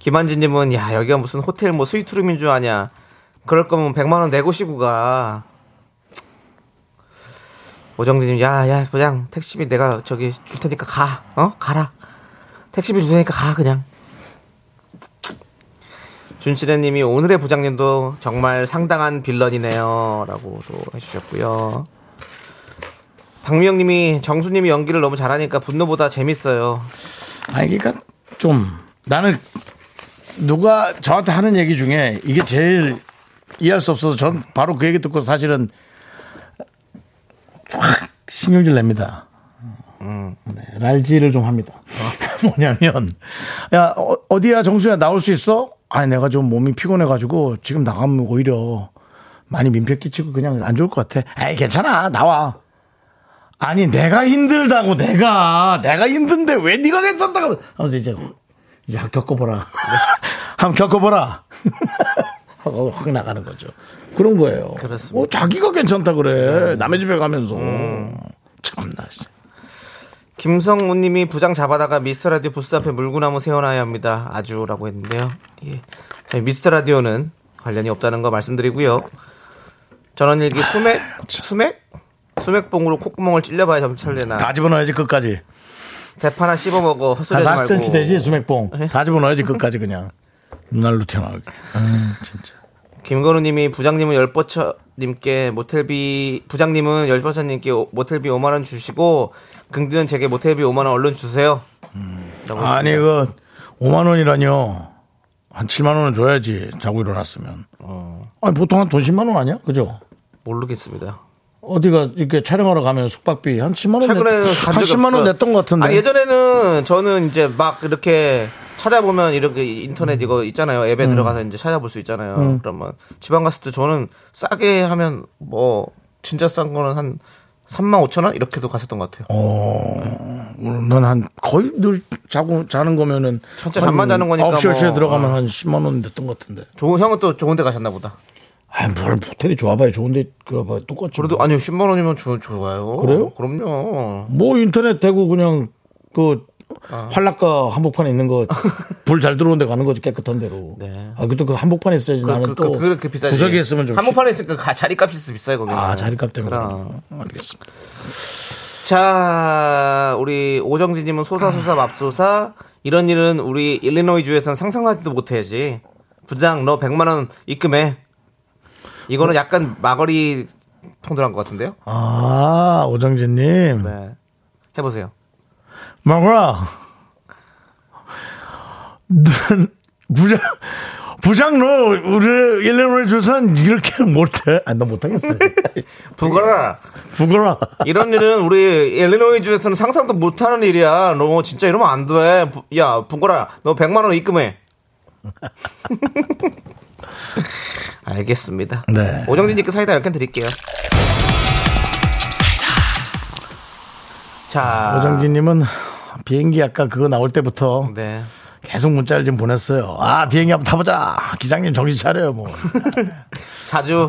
B: 김한진님은 야 여기가 무슨 호텔 뭐 스위트룸인 줄 아냐? 그럴 거면 100만 원 내고 시고 가. 오정진님, 야, 야, 부장, 택시비 내가 저기 줄 테니까 가. 어? 가라. 택시비 줄 테니까 가, 그냥. 준시래님이 오늘의 부장님도 정말 상당한 빌런이네요. 라고 또 해주셨고요. 박미영님이 정수님이 연기를 너무 잘하니까 분노보다 재밌어요.
A: 아니 그러니까 좀 나는 누가 저한테 하는 얘기 중에 이게 제일 이해할 수 없어서 전 바로 그 얘기 듣고 사실은 쫙 신경질 냅니다. 네, 랄지를 좀 합니다.
B: 아.
A: 뭐냐면 야 어, 디야 정수야 나올 수 있어? 아니 내가 좀 몸이 피곤해가지고 지금 나가면 오히려 많이 민폐 끼치고 그냥 안 좋을 것 같아. 에이 괜찮아 나와. 아니 내가 힘들다고 내가 내가 힘든데 왜 네가 괜찮다고 하면서 이제 이제 겪어보라
B: 네.
A: 한번 겪어보라 하고 확 나가는 거죠 그런 거예요
B: 그렇습니다. 네.
A: 어, 자기가 괜찮다 그래 남의 집에 가면서
B: 음.
A: 참나 씨.
B: 김성우님이 부장 잡아다가 미스터 라디오 부스 앞에 물구나무 세워놔야 합니다. 아주라고 했는데요. 예. 저희 미스터 라디오는 관련이 없다는 거 말씀드리고요. 전원일기 수맥 수맥 수맥봉으로 콧구멍을 찔려봐야
A: 다
B: 점철되나.
A: 집어넣어야지 끝까지
B: 대파나 씹어 먹어
A: 한
B: 헛소리하지
A: 40cm
B: 말고. 네.
A: 되지 수맥봉 다 집어넣어야지 끝까지 그냥 눈알로 튀어나오게 아, 진짜
B: 김건우님이 부장님은 열버처님께 모텔비 부장님은 열버처님께 오- 모텔비 5만 원 주시고 긍디는 제게 모텔비 5만 원 얼른 주세요. 라고
A: 음. 아니 그 5만 원이라뇨 한 7만 원은 줘야지 자고 일어났으면 아니 보통 한 돈 10만 원 아니야 그죠?
B: 모르겠습니다.
A: 어디가 이렇게 촬영하러 가면 숙박비 한 10만 원
B: 최근에는
A: 냈-
B: 간
A: 한
B: 적이
A: 10만 원
B: 없어요.
A: 냈던 것 같은데.
B: 아, 예전에는 저는 이제 막 이렇게 찾아보면 이렇게 인터넷 이거 있잖아요. 앱에
A: 음.
B: 들어가서 이제 찾아볼 수 있잖아요. 그러면 지방 갔을 때 저는 싸게 하면 뭐 진짜 싼 거는 한 3만 5천 원 이렇게도 갔었던 것
A: 어.
B: 같아요.
A: 음, 넌한 거의 늘 자고 자는 거면은
B: 첫째 잠만 자는 거니까
A: 9시 10시에
B: 뭐.
A: 들어가면 한 10만 원 냈던 것 같은데.
B: 좋은 형은 또 좋은 데 가셨나 보다.
A: 아뭘 호텔이 좋아봐요. 좋은데 그거봐요. 똑같죠.
B: 그래도 아니요 10만 원이면 주, 좋아요.
A: 그래요?
B: 그럼요.
A: 뭐 인터넷 대고 그냥 그
B: 아.
A: 활락가 한복판에 있는 거 불 잘 들어오는 데 가는 거지 깨끗한 데로.
B: 네.
A: 아 그래도 그 한복판에 있어야지
B: 그,
A: 나는
B: 그,
A: 또
B: 그, 그렇게 비싸지.
A: 구석에 있으면 좀.
B: 한복판에 있으니까 가- 자리값이 비싸요 거기.
A: 아 자리값 때문에.
B: 그럼.
A: 알겠습니다.
B: 자, 우리 오정진님은 소사소사 맙소사, 이런 일은 우리 일리노이 주에서는 상상하지도 못해야지. 부장 너 100만 원 입금해. 이거는 약간 마거리 통들한 것 같은데요?
A: 아, 오정진님.
B: 네. 해보세요.
A: 먹어. 난 부장, 부장로, 우리 일레노이 조선 이렇게 못해. 아, 나 못하겠어요.
B: 부거라.
A: 부거라.
B: 이런 일은 우리 일리노이 주에서는 상상도 못하는 일이야. 너 진짜 이러면 안 돼. 부- 야 부거라. 너 100만 원 입금해. 알겠습니다.
A: 네.
B: 오정진님께 사이다 열캔 드릴게요. 자,
A: 오정진님은 비행기 아까 그거 나올 때부터
B: 네.
A: 계속 문자를 좀 보냈어요. 아, 비행기 한번 타보자. 기장님 정신 차려요, 뭐.
B: 자주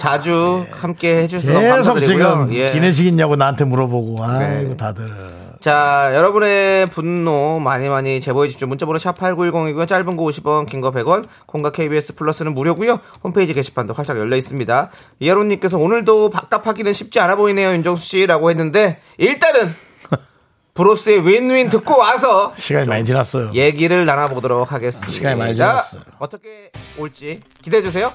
B: 자주 함께 해주셔서
A: 아, 네. 계속
B: 감사드리고요.
A: 지금
B: 예.
A: 기내식 있냐고 나한테 물어보고, 아이고,
B: 네.
A: 다들.
B: 자, 여러분의 분노 많이 많이 제보해 주십시오. 문자번호 샵 8910이고요. 짧은 거 50원, 긴 거 100원. 콩과 KBS 플러스는 무료고요. 홈페이지 게시판도 활짝 열려 있습니다. 이하로 님께서 오늘도 밥값하기는 쉽지 않아 보이네요. 윤정수 씨라고 했는데 일단은 브로스의 윈윈 듣고 와서
A: 시간이 많이 지났어요.
B: 예. 얘기를 나눠보도록 하겠습니다.
A: 아, 시간이 많이 지났어.
B: 어떻게 올지 기대해 주세요.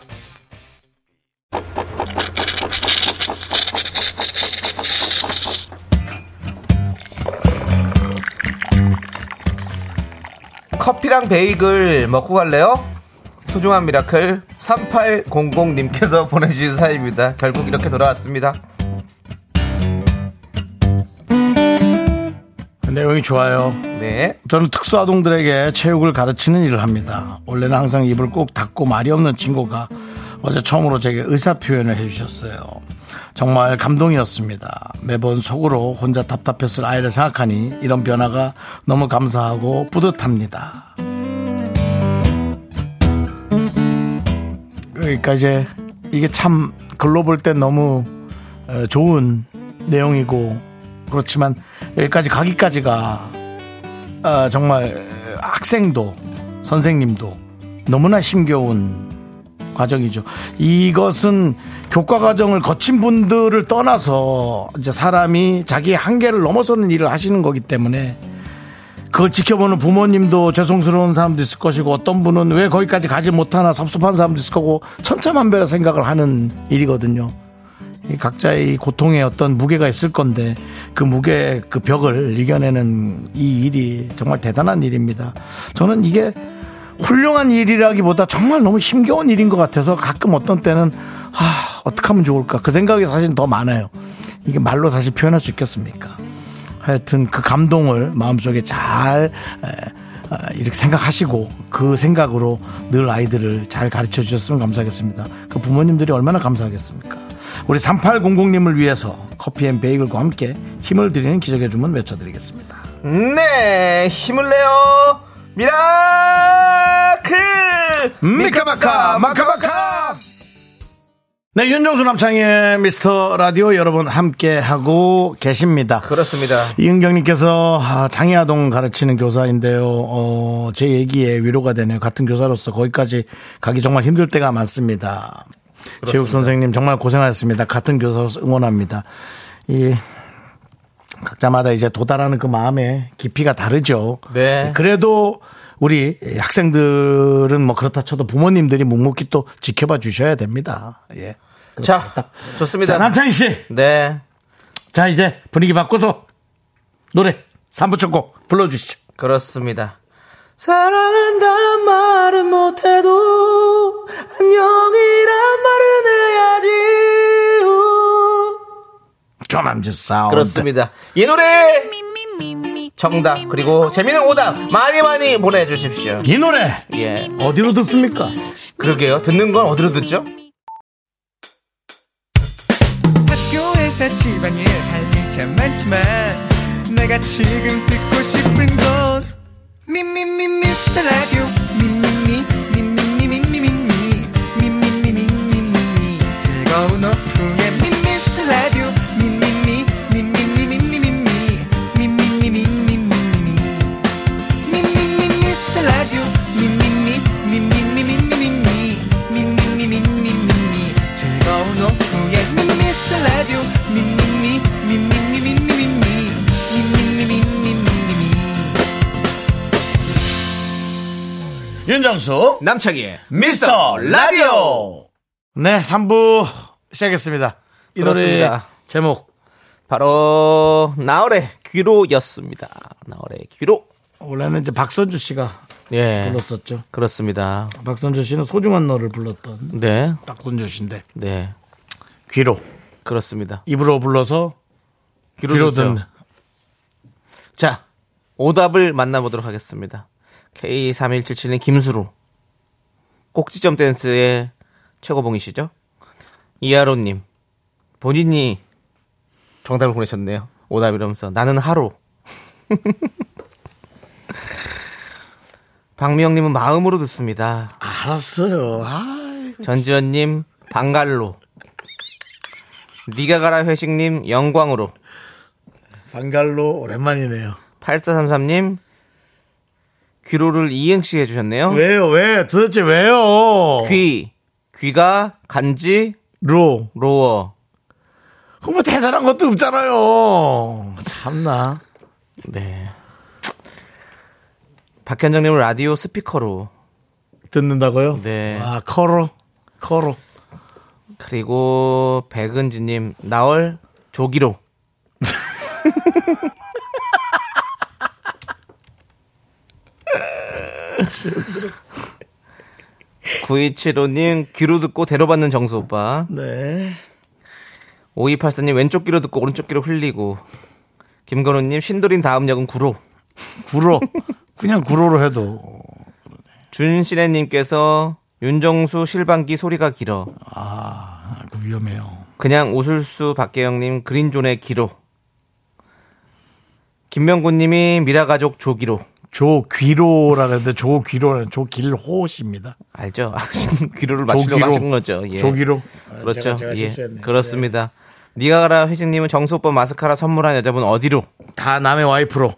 B: 커피랑 베이글 먹고 갈래요? 소중한 미라클 3800님께서 보내주신 사입니다. 결국 이렇게 돌아왔습니다.
A: 내용이 좋아요.
B: 네.
A: 저는 특수아동들에게 체육을 가르치는 일을 합니다. 원래는 항상 입을 꼭 닫고 말이 없는 친구가 어제 처음으로 제게 의사표현을 해주셨어요. 정말 감동이었습니다. 매번 속으로 혼자 답답했을 아이를 생각하니 이런 변화가 너무 감사하고 뿌듯합니다. 그러니까 이제 이게 참 글로 볼 땐 너무 어, 좋은 내용이고 그렇지만 여기까지 가기까지가 아, 정말 학생도 선생님도 너무나 힘겨운 과정이죠. 이것은 교과 과정을 거친 분들을 떠나서 이제 사람이 자기의 한계를 넘어서는 일을 하시는 거기 때문에 그걸 지켜보는 부모님도 죄송스러운 사람도 있을 것이고 어떤 분은 왜 거기까지 가지 못하나 섭섭한 사람도 있을 거고 천차만별의 생각을 하는 일이거든요. 이 각자의 이 고통의 어떤 무게가 있을 건데 그 무게 그 벽을 이겨내는 이 일이 정말 대단한 일입니다. 저는 이게 훌륭한 일이라기보다 정말 너무 힘겨운 일인 것 같아서 가끔 어떤 때는 아 어떻게 하면 좋을까 그 생각이 사실 더 많아요. 이게 말로 사실 표현할 수 있겠습니까? 하여튼 그 감동을 마음속에 잘 에, 아, 이렇게 생각하시고 그 생각으로 늘 아이들을 잘 가르쳐 주셨으면 감사하겠습니다. 그 부모님들이 얼마나 감사하겠습니까? 우리 3800님을 위해서 커피 앤 베이글과 함께 힘을 드리는 기적의 주문 외쳐드리겠습니다.
B: 네, 힘을 내요. 미라클!
A: 미카마카 마카마카 네 윤정수 남창의 미스터 라디오 여러분 함께하고 계십니다.
B: 그렇습니다.
A: 이은경님께서 아, 장애아동 가르치는 교사인데요. 어, 제 얘기에 위로가 되네요. 같은 교사로서 거기까지 가기 정말 힘들 때가 많습니다. 체육 선생님 정말 고생하셨습니다. 같은 교사로서 응원합니다. 이 각자마다 이제 도달하는 그 마음의 깊이가 다르죠.
B: 네.
A: 그래도 우리 학생들은 뭐 그렇다 쳐도 부모님들이 묵묵히 또 지켜봐 주셔야 됩니다. 예.
B: 자,
A: 자,
B: 좋습니다.
A: 남창희 씨.
B: 네,
A: 자, 이제 분위기 바꿔서 노래 3부 첫 곡 불러주시죠.
B: 그렇습니다. 사랑한다 말은 못해도 안녕이란 말은 해야지.
A: 조남지 사운드.
B: 그렇습니다. 이 노래 정답 그리고 재미는 오답 많이 많이 보내주십시오.
A: 이 노래
B: 예,
A: 어디로 듣습니까?
B: 그러게요. 듣는 건 어디로 듣죠?
E: 학교에서 집안일 할 일 참 많지만 내가 지금 듣고 싶은 건 미미미 미스터 라디오 미미미 미미미 미미미 미미미 미미미 즐거운 오후에 미스터 라디오 미미미 미미미 미미미 미미미 미미미
A: 윤정수
B: 남창희의
A: 미스터 라디오 네 3부 시작했습니다 이 노래
B: 그렇습니다.
A: 제목
B: 바로 나월의 귀로였습니다. 나월의 귀로.
A: 원래는 이제 박선주 씨가
B: 예.
A: 불렀었죠
B: 그렇습니다.
A: 박선주 씨는 소중한 너를 불렀던
B: 네.
A: 박선주 씨인데
B: 네.
A: 귀로
B: 그렇습니다.
A: 입으로 불러서 귀로
B: 듣죠.
A: 듣는
B: 자, 오답을 만나보도록 하겠습니다. K3177님 김수로. 꼭지점 댄스의 최고봉이시죠? 이하로님. 본인이 정답을 보내셨네요. 오답 이러면서. 나는 하루. 박미영님은 마음으로 듣습니다.
A: 알았어요 아,
B: 전지현님 방갈로 니가 가라 회식님 영광으로
A: 반갈로 오랜만이네요
B: 8433님 귀로를 이행시 해주셨네요
A: 왜요 왜 도대체 왜요
B: 귀 귀가 간지
A: 귀로
B: 로어
A: 그뭐 대단한 것도 없잖아요 참나
B: 네 박현정님은 라디오 스피커로
A: 듣는다고요?
B: 네.
A: 아, 커로? 커로.
B: 그리고 백은지님 나월 조기로 구이칠5님 귀로 듣고 대로받는 정수 오빠
A: 네.
B: 5284님 왼쪽 귀로 듣고 오른쪽 귀로 흘리고 김건우님 신도린 다음 역은 구로
A: 구로. 그냥 구로로 해도.
B: 준신혜님께서 윤정수 실방기 소리가 길어
A: 아, 그 위험해요.
B: 그냥 오술수 박계영님 그린존의 기로 김명곤님이 미라가족 조기로
A: 조귀로라 그랬는데 조귀로는 조길호씨입니다.
B: 알죠? 귀로를 맞추려고 하신 거죠. 예.
A: 조귀로.
B: 그렇죠.
A: 제가- 제가
B: 예.
A: 실수했네요.
B: 그렇습니다. 니가 가라 회장님은 정수 오빠 마스카라 선물한 여자분 어디로?
A: 다 남의 와이프로.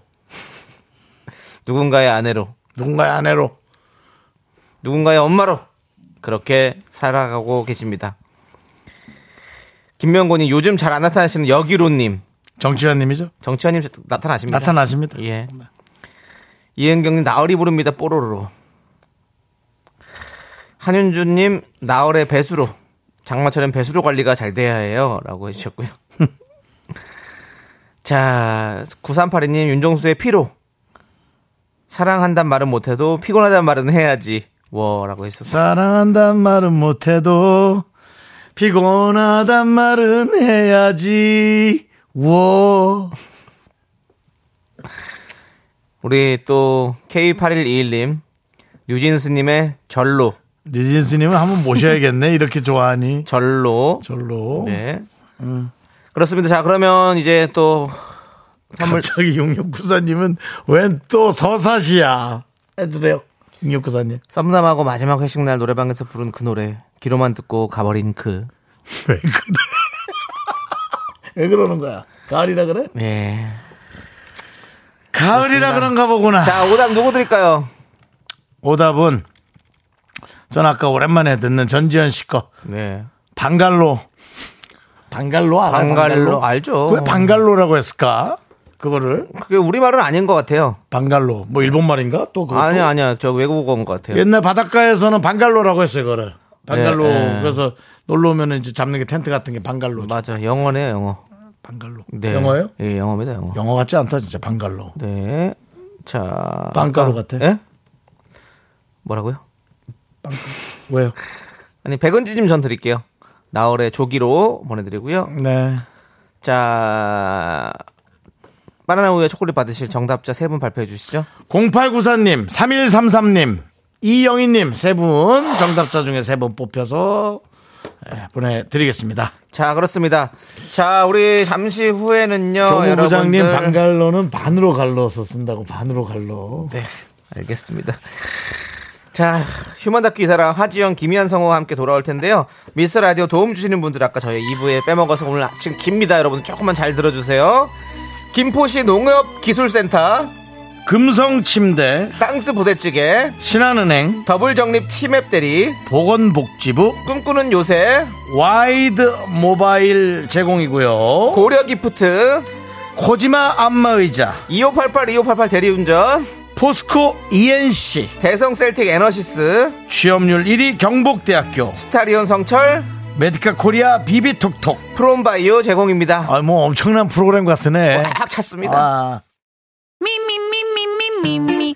B: 누군가의 아내로,
A: 누군가의 아내로.
B: 누군가의 엄마로 그렇게 살아가고 계십니다. 김명곤이 요즘 잘 안 나타나시는 여기로님,
A: 정치현님이죠?
B: 정치현님 나타나십니다.
A: 나타나십니다.
B: 예. 이은경님 나얼이 부릅니다 뽀로로. 한윤주님 나얼의 배수로 장마철엔 배수로 관리가 잘 돼야 해요라고 해주셨고요. 자 9382님 윤정수의 피로 사랑한단 말은 못해도 피곤하단 말은 해야지 워라고 했었어.
A: 사랑한단 말은 못해도 피곤하단 말은 해야지. 워.
B: 우리 또 K8121님 유진스님의 절로
A: 뉴진스님은 한번 모셔야겠네. 이렇게 좋아하니.
B: 절로
A: 절로.
B: 네. 그렇습니다. 자, 그러면 이제 또 선물
A: 갑자기 6694님은 웬 또 서사시야. 해주세요. 6694님.
B: 썸남하고 마지막 회식 날 노래방에서 부른 그 노래 귀로만 듣고 가버린 그
A: 왜 그래? 왜 그러는 거야? 가을이라 그래?
B: 예.
A: 가을이라 그런가 보구나.
B: 자, 오답 누구 드릴까요?
A: 오답은 전 아까 오랜만에 듣는 전지현 씨 거.
B: 네.
A: 방갈로. 방갈로 알아?
B: 방갈로 알죠.
A: 왜 방갈로라고 했을까? 그거를
B: 그게 우리말은 아닌 것 같아요.
A: 방갈로 뭐 일본 말인가 또 그거
B: 아니요, 아니요. 저 외국어인 것 같아요.
A: 옛날 바닷가에서는 방갈로라고 했어요 그거를 방갈로
B: 예, 예.
A: 그래서 놀러 오면 이제 잡는 게 텐트 같은 게 방갈로
B: 맞아. 영어네요, 영어.
A: 방갈로.
B: 네.
A: 영어예요?
B: 예, 영어입니다, 영어.
A: 영어 같지 않다 진짜 방갈로.
B: 네. 자.
A: 빵가루
B: 아까-
A: 같아.
B: 예? 뭐라고요?
A: 왜요?
B: 아니, 백은지님 전 드릴게요. 나월의 조기로 보내드리고요.
A: 네.
B: 자 바나나 우유 초콜릿 받으실 정답자 세 분 발표해 주시죠.
A: 0894님, 3133님, 이영희님 세 분 정답자 중에 세 분 뽑혀서 예, 보내드리겠습니다.
B: 자 그렇습니다. 자 우리 잠시 후에는요.
A: 조무 부장님
B: 어, 여러분들-
A: 방갈로는 반으로 갈로서 쓴다고 반으로 갈로.
B: 네 알겠습니다. 자 휴먼다큐 이사랑 하지영 김희한 성우와 함께 돌아올 텐데요. 미스 라디오 도움 주시는 분들 아까 저희 2부에 빼먹어서 오늘 지금 깁니다. 여러분 조금만 잘 들어주세요. 김포시 농업기술센터
A: 금성침대,
B: 땅스 부대찌개
A: 신한은행,
B: 더블정립 티맵 대리
A: 보건복지부,
B: 꿈꾸는 요새
A: 와이드 모바일 제공이고요.
B: 고려 기프트
A: 코지마 안마의자,
B: 2588, 2588 대리운전,
A: 포스코 ENC,
B: 대성 셀틱 에너시스,
A: 취업률 1위 경북대학교,
B: 스타리온 성철,
A: 메디카 코리아 비비톡톡.
B: 프롬바이오 제공입니다.
A: 아, 뭐 엄청난 프로그램 같으네.
B: 꽉 찼습니다.
A: 아.
C: 미미미미미미미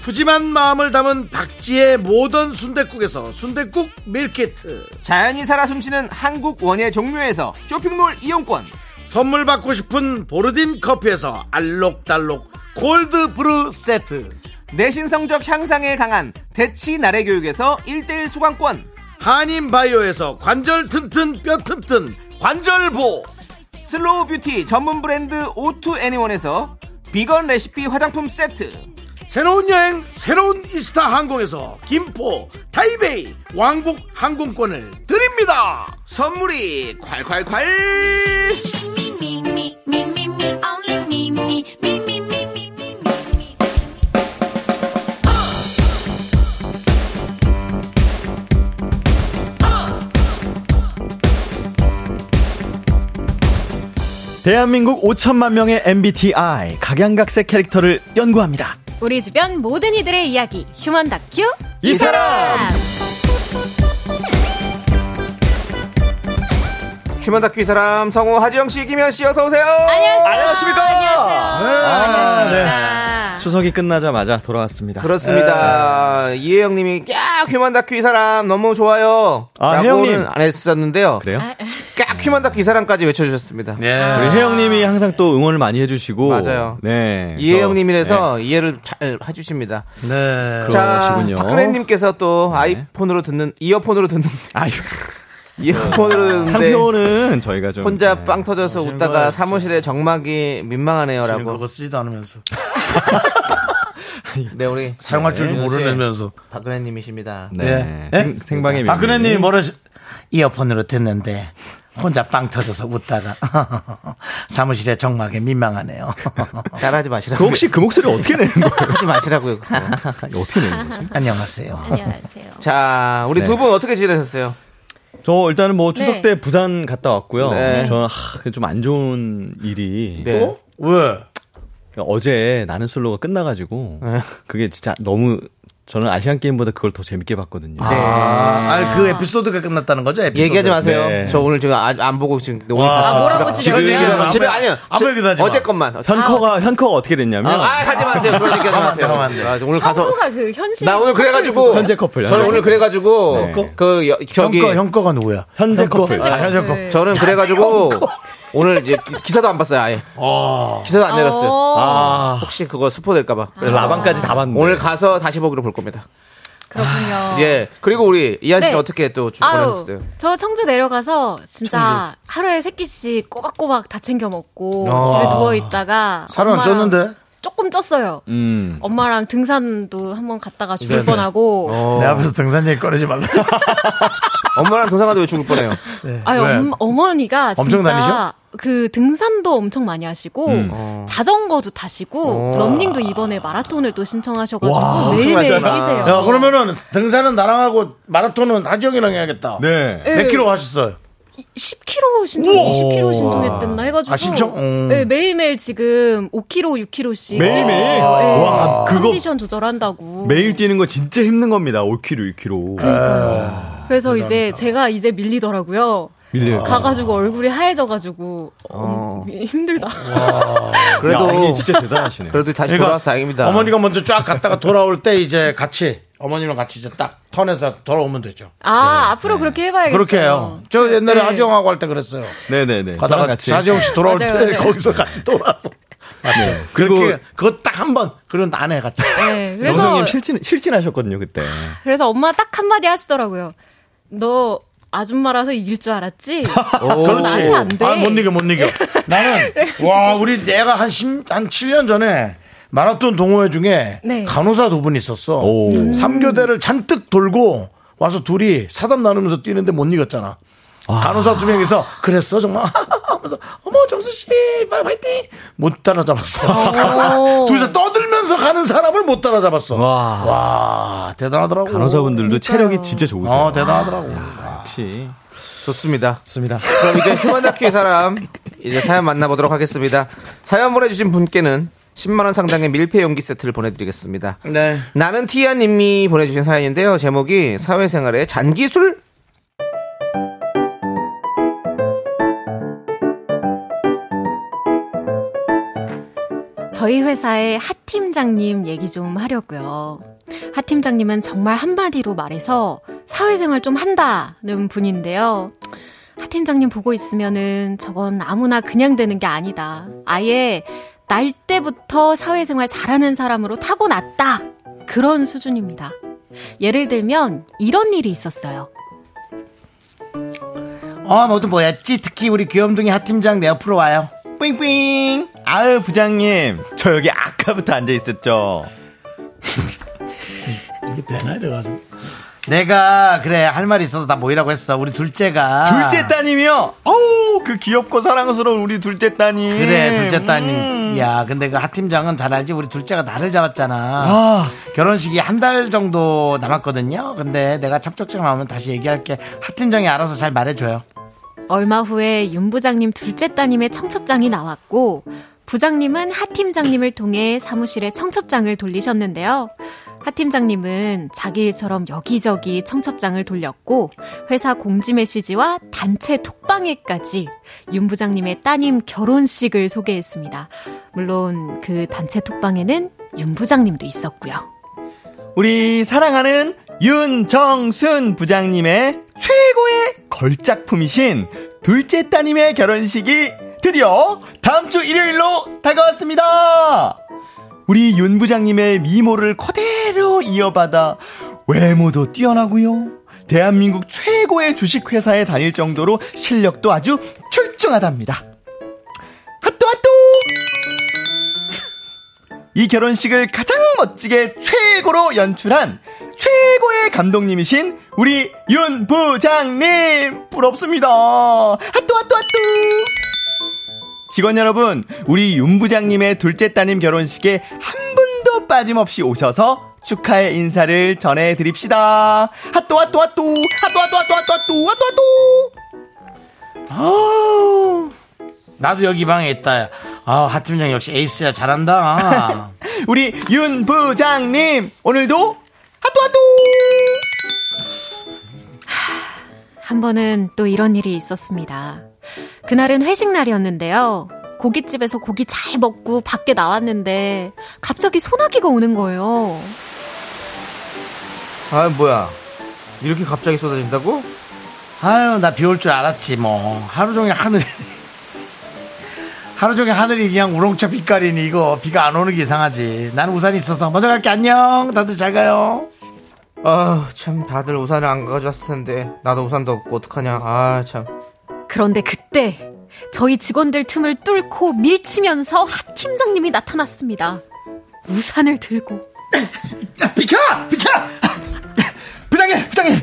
A: 푸짐한 마음을 담은 박지의 모던 순댓국에서순댓국 밀키트
B: 자연이 살아 숨쉬는 한국 원예 종묘에서 쇼핑몰 이용권,
A: 선물 받고 싶은 보르딘 커피에서 알록달록 골드 브루 세트
B: 내신 성적 향상에 강한 대치 나래 교육에서 1대1 수강권,
A: 한인 바이오에서 관절 튼튼 뼈 튼튼 관절보
B: 슬로우 뷰티 전문 브랜드 오투 애니원에서 비건 레시피 화장품 세트,
A: 새로운 여행 새로운 이스타 항공에서 김포 타이베이 왕복 항공권을 드립니다
B: 선물이 콸콸콸!
C: 미미미미미미 only 미미미미미미미
F: 대한민국 5천만 명의 MBTI 각양각색 캐릭터를 연구합니다.
G: 우리 주변 모든 이들의 이야기 휴먼 다큐
F: 이 사람!
B: 휴먼 다큐 이 사람 성우 하지영 씨, 김현 씨 어서 오세요.
G: 안녕하세요.
F: 안녕하십니까?
G: 안녕하세요. 반갑습니다.
F: 추석이 끝나자마자 돌아왔습니다.
B: 그렇습니다. 이혜영 님이 깍 휴먼 다큐 이 사람 너무 좋아요.
F: 아,
B: 라고는
F: 혜영님.
B: 안 했었는데요.
F: 그래요?
A: 아,
F: 네.
B: 깍 휴먼 다큐 이 사람까지 외쳐 주셨습니다.
F: 우리 혜영님이 항상 또 응원을 많이 해주시고
B: 맞아요.
F: 네
B: 이혜영 님이라서 이해를 잘 해주십니다.
A: 네
B: 자,
F: 그러시군요. 네.
B: 박근혜 님께서 또 아이폰으로 듣는, 이어폰으로 듣는,
F: 아유
B: 이어폰으로 듣는데
F: 상표는 저희가 좀
B: 네. 혼자
F: 네.
B: 빵 터져서 웃다가 사무실에 정막이 민망하네요라고.
A: 그거 아, 쓰지도 않으면서
B: 네, 우리
A: 사용할 줄
B: 네.
A: 모르면서
B: 박근혜 님이십니다.
F: 네.
A: 예.
F: 생- 생방의
A: 박근혜님이
F: 명님.
A: 뭐라 시- 이어폰으로 듣는데 혼자 빵 터져서 웃다가 사무실에 정막에 민망하네요.
B: 따라하지 마시라고.
F: 그 혹시 그 목소리를 어떻게 내는 거예요?
B: 하지 마시라고요. 그거.
F: 어떻게 내는 거지?
A: 안녕하세요.
G: 안녕하세요.
B: 자, 우리
F: 네.
B: 두 분 어떻게 지내셨어요?
F: 저 일단은 뭐 추석
G: 네.
F: 때 부산 갔다 왔고요.
B: 네.
F: 저는 좀 안 좋은 일이
B: 네.
A: 왜?
F: 그러니까 어제 나는 솔로가 끝나가지고 그게 진짜 너무 저는 아시안 게임보다 그걸 더 재밌게 봤거든요.
A: 아, 그 에피소드가 끝났다는 거죠? 에피소드?
B: 얘기하지 마세요.
F: 네.
B: 저 오늘 지금 아- 안 보고 지금 오늘
A: 와.
B: 봤어요.
A: 아, 뭐라고
B: 집에-
G: 지금
B: 집에
A: 얘기하지
B: 집에
A: 마.
B: 아니요.
A: 아무 얘기도 하지 마.
B: 어제 것만.
F: 현커가 현커가 어떻게 됐냐면
B: 아, 아, 하지 마세요. 그런 얘기 하지 마세요.
A: 그러면 안 돼.
B: 아, 오늘 가서
G: 성우가 그 현실
B: 나 오늘 그래가지고
F: 현재 커플, 현재
B: 저는 오늘
F: 커플.
B: 그래가지고
F: 네.
B: 그 여,
A: 형
B: 저기
A: 거, 형 거가 누구야?
F: 현재 커플.
A: 아, 현재 거.
B: 저는 그래가지고 오늘 이제 기- 기사도 안 봤어요. 아예 기사도 안 내렸어요.
G: 어,
F: 아,
B: 혹시 그거 스포 될까봐.
A: 아.
B: 그래서
F: 라방까지 다 봤네.
B: 오늘 가서 다시 보기로 볼 겁니다.
G: 그렇군요.
B: 예. 그리고 우리 이한 씨는
G: 아. 네.
B: 어떻게 또 주-
G: 아우,
B: 보내셨어요?
G: 저 청주 내려가서 진짜 하루에 세 끼씩 꼬박꼬박 다 챙겨 먹고
B: 아.
G: 집에 누워 있다가
A: 살은 안 쪘는데?
G: 조금 쪘어요.
F: 음.
G: 엄마랑 등산도 한번 갔다가 죽을 뻔하고
A: 내 앞에서 등산 얘기 꺼내지 말라.
B: 엄마랑 동생한테 왜 죽을 뻔해요?
G: 아유,
A: 왜?
G: 엄, 어머니가 진짜
A: 엄청 다니셔? 음.
G: 그 등산도 엄청 많이 하시고 자전거도
A: 어.
G: 타시고 런닝도 이번에 마라톤을 또 신청하셔가지고 매일매일 뛰세요.
A: 야, 그러면은 등산은 나랑 하고 마라톤은 하지영이랑 해야겠다.
F: 네.
A: 몇 킬로 하셨어요?
G: 10kg 신청, 20kg 신청했댔나 해가지고
A: 아, 신청? 음.
G: 네, 매일매일 지금 5kg, 6kg씩 어, 네.
F: 매일매일? 와, 그거-
G: 컨디션 조절한다고.
F: 매일 뛰는 거 진짜 힘든 겁니다. 5kg, 6kg.
G: 그래서 이제 제가 이제 밀리더라고요.
F: 밀려요.
G: 가가지고 얼굴이 하얘져가지고 음, 힘들다.
B: 그래도
F: 야, 이게 진짜 대단하시네요.
B: 그래도 다시 돌아와서 다행입니다.
A: 어머니가 먼저 쫙 갔다가 돌아올 때 이제 같이 어머님이랑 같이 이제 딱 턴해서 돌아오면 되죠.
G: 아 앞으로 그렇게 해봐야겠어요.
A: 그렇게 해요. 저 옛날에
G: 네.
A: 하지영하고 할 때 그랬어요.
F: 네네네. 저랑
A: 가다가
F: 같이.
A: 사지영 씨 돌아올
G: 맞아요,
A: 때
G: 맞아요.
A: 거기서 같이 돌아서 맞죠.
F: 네. 그리고-
A: 그렇게 그거 딱 한 번 그런 안 해 같이.
G: 네, 그래서
F: 영성님 실진, 실진하셨거든요, 그때.
G: 그래서 엄마 딱 한마디 하시더라고요. 너 아줌마라서 이길 줄 알았지? 나한테 안 돼. 네.
A: 아, 못 이겨 못 이겨. 나는 와 우리 내가 한한 7년 전에 마라톤 동호회 중에
G: 네.
A: 간호사 두 분 있었어. 음.
F: 오.
A: 삼교대를 잔뜩 돌고 와서 둘이 사담 나누면서 뛰는데 못 이겼잖아. 간호사 두 명이서 그랬어 정말 하면서 어머 정수 씨 빨리 화이팅 못 따라잡았어.
G: 오.
A: 둘이서 떠들면서 가는 사람을 못 따라잡았어. 와,
F: 와.
A: 대단하더라고.
F: 간호사분들도 체력이
G: 그러니까요.
F: 진짜 좋으세요.
A: 어 대단하더라고.
F: 역시.
B: 좋습니다.
A: 좋습니다.
B: 그럼 이제 휴먼 다큐의 사람 이제 사연 만나보도록 하겠습니다. 사연 보내주신 분께는 10만 원 상당의 밀폐 용기 세트를 보내드리겠습니다.
A: 네.
B: 나는 티아님이 보내주신 사연인데요. 제목이 사회생활의 잔기술.
G: 저희 회사의 하 팀장님 얘기 좀 하려고요. 하 팀장님은 정말 한마디로 말해서 사회생활 좀 한다는 분인데요. 하 팀장님 보고 있으면은 저건 아무나 그냥 되는 게 아니다. 아예 날 때부터 사회생활 잘하는 사람으로 타고났다. 그런 수준입니다. 예를 들면 이런 일이 있었어요.
A: 어, 모두 뭐였지? 특히 우리 귀염둥이 하팀장 내 옆으로 와요.
F: 뿌잉뿌잉. 아유, 부장님. 저 여기 아까부터 앉아 있었죠.
A: 이게 되나 이래가지고. 내가 그래 할 말이 있어서 다 모이라고 했어. 우리 둘째가
F: 둘째 따님이요. 어우, 그 귀엽고 사랑스러운 우리 둘째 따님.
A: 그래 둘째 따님.
F: 음.
A: 야 근데 그 하팀장은 잘 알지. 우리 둘째가 나를 잡았잖아.
F: 아.
A: 결혼식이 한 달 정도 남았거든요. 근데 내가 첩적증 나오면 다시 얘기할게. 하팀장이 알아서 잘 말해줘요.
G: 얼마 후에 윤 부장님 둘째 따님의 청첩장이 나왔고 부장님은 하 팀장님을 통해 사무실에 청첩장을 돌리셨는데요. 하 팀장님은 자기 일처럼 여기저기 청첩장을 돌렸고 회사 공지 메시지와 단체 톡방에까지 윤 부장님의 따님 결혼식을 소개했습니다. 물론 그 단체 톡방에는 윤 부장님도 있었고요.
F: 우리 사랑하는 윤정순 부장님의 최고의 걸작품이신 둘째 따님의 결혼식이 드디어 다음 주 일요일로 다가왔습니다. 우리 윤 부장님의 미모를 그대로 이어받아 외모도 뛰어나고요. 대한민국 최고의 주식회사에 다닐 정도로 실력도 아주 출중하답니다. 핫도 핫도! 이 결혼식을 가장 멋지게 최고로 연출한 최고의 감독님이신 우리 윤 부장님 부럽습니다. 핫도 핫도 핫도. 직원 여러분, 우리 윤 부장님의 둘째 따님 결혼식에 한 분도 빠짐없이 오셔서 축하의 인사를 전해 드립시다. 핫도 핫도 핫도 핫도 핫도 핫도 핫도 핫도 핫도 핫도.
A: 나도 여기 방에 있다. 아 하팀장 역시 에이스야 잘한다.
F: 우리 윤 부장님 오늘도 핫도 핫도.
G: 한 번은 또 이런 일이 있었습니다. 그날은 회식 날이었는데요. 고깃집에서 고기 잘 먹고 밖에 나왔는데 갑자기 소나기가 오는 거예요.
B: 아 뭐야? 이렇게 갑자기 쏟아진다고?
A: 아유 나 비 올 줄 알았지 뭐 하루 종일 하늘 하루 종일 하늘이 그냥 우렁차 빛깔이니 이거 비가 안 오는 게 이상하지 나는 우산이 있어서 먼저 갈게 안녕 다들 잘 가요
B: 아 참 다들 우산을 안 가져왔을 텐데 나도 우산도 없고 어떡하냐? 아 참.
G: 그런데 그때 저희 직원들 틈을 뚫고 밀치면서 하 팀장님이 나타났습니다. 우산을 들고
F: 야, 비켜! 비켜! 부장님, 부장님!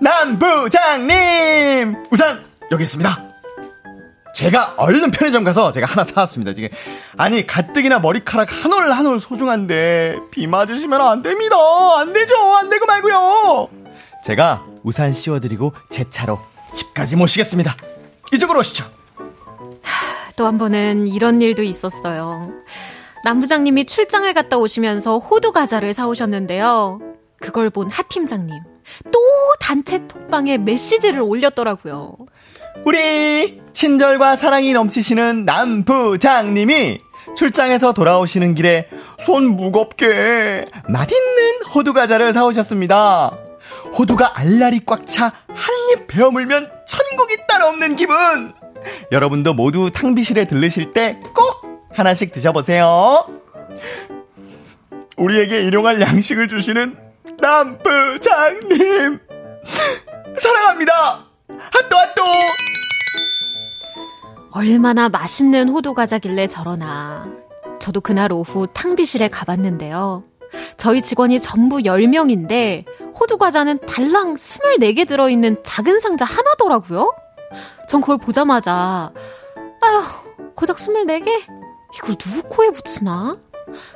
F: 남 부장님! 우선, 여기 있습니다. 제가 얼른 편의점 가서 제가 하나 사왔습니다, 지금. 아니, 가뜩이나 머리카락 한 올 한 올 소중한데, 비 맞으시면 안 됩니다! 안 되죠! 안 되고 말고요! 제가 우산 씌워드리고 제 차로 집까지 모시겠습니다. 이쪽으로 오시죠.
G: 또 한 번은 이런 일도 있었어요. 남부장님이 출장을 갔다 오시면서 호두 과자를 사오셨는데요. 그걸 본 하 팀장님 또 단체 톡방에 메시지를 올렸더라고요.
F: 우리 친절과 사랑이 넘치시는 남 부장님이 출장에서 돌아오시는 길에 손 무겁게 맛있는 호두 과자를 사오셨습니다. 호두가 알알이 꽉 차 한입 베어 물면 천국이 따로 없는 기분. 여러분도 모두 탕비실에 들르실 때 꼭 하나씩 드셔보세요. 우리에게 일용할 양식을 주시는 남 부장님 사랑합니다. 핫도 핫도.
G: 얼마나 맛있는 호두 과자길래 저러나. 저도 그날 오후 탕비실에 가봤는데요. 저희 직원이 전부 10명인데 호두 과자는 달랑 24개 들어있는 작은 상자 하나더라고요. 전 그걸 보자마자 아휴 고작 24개? 이걸 누구 코에 붙이나?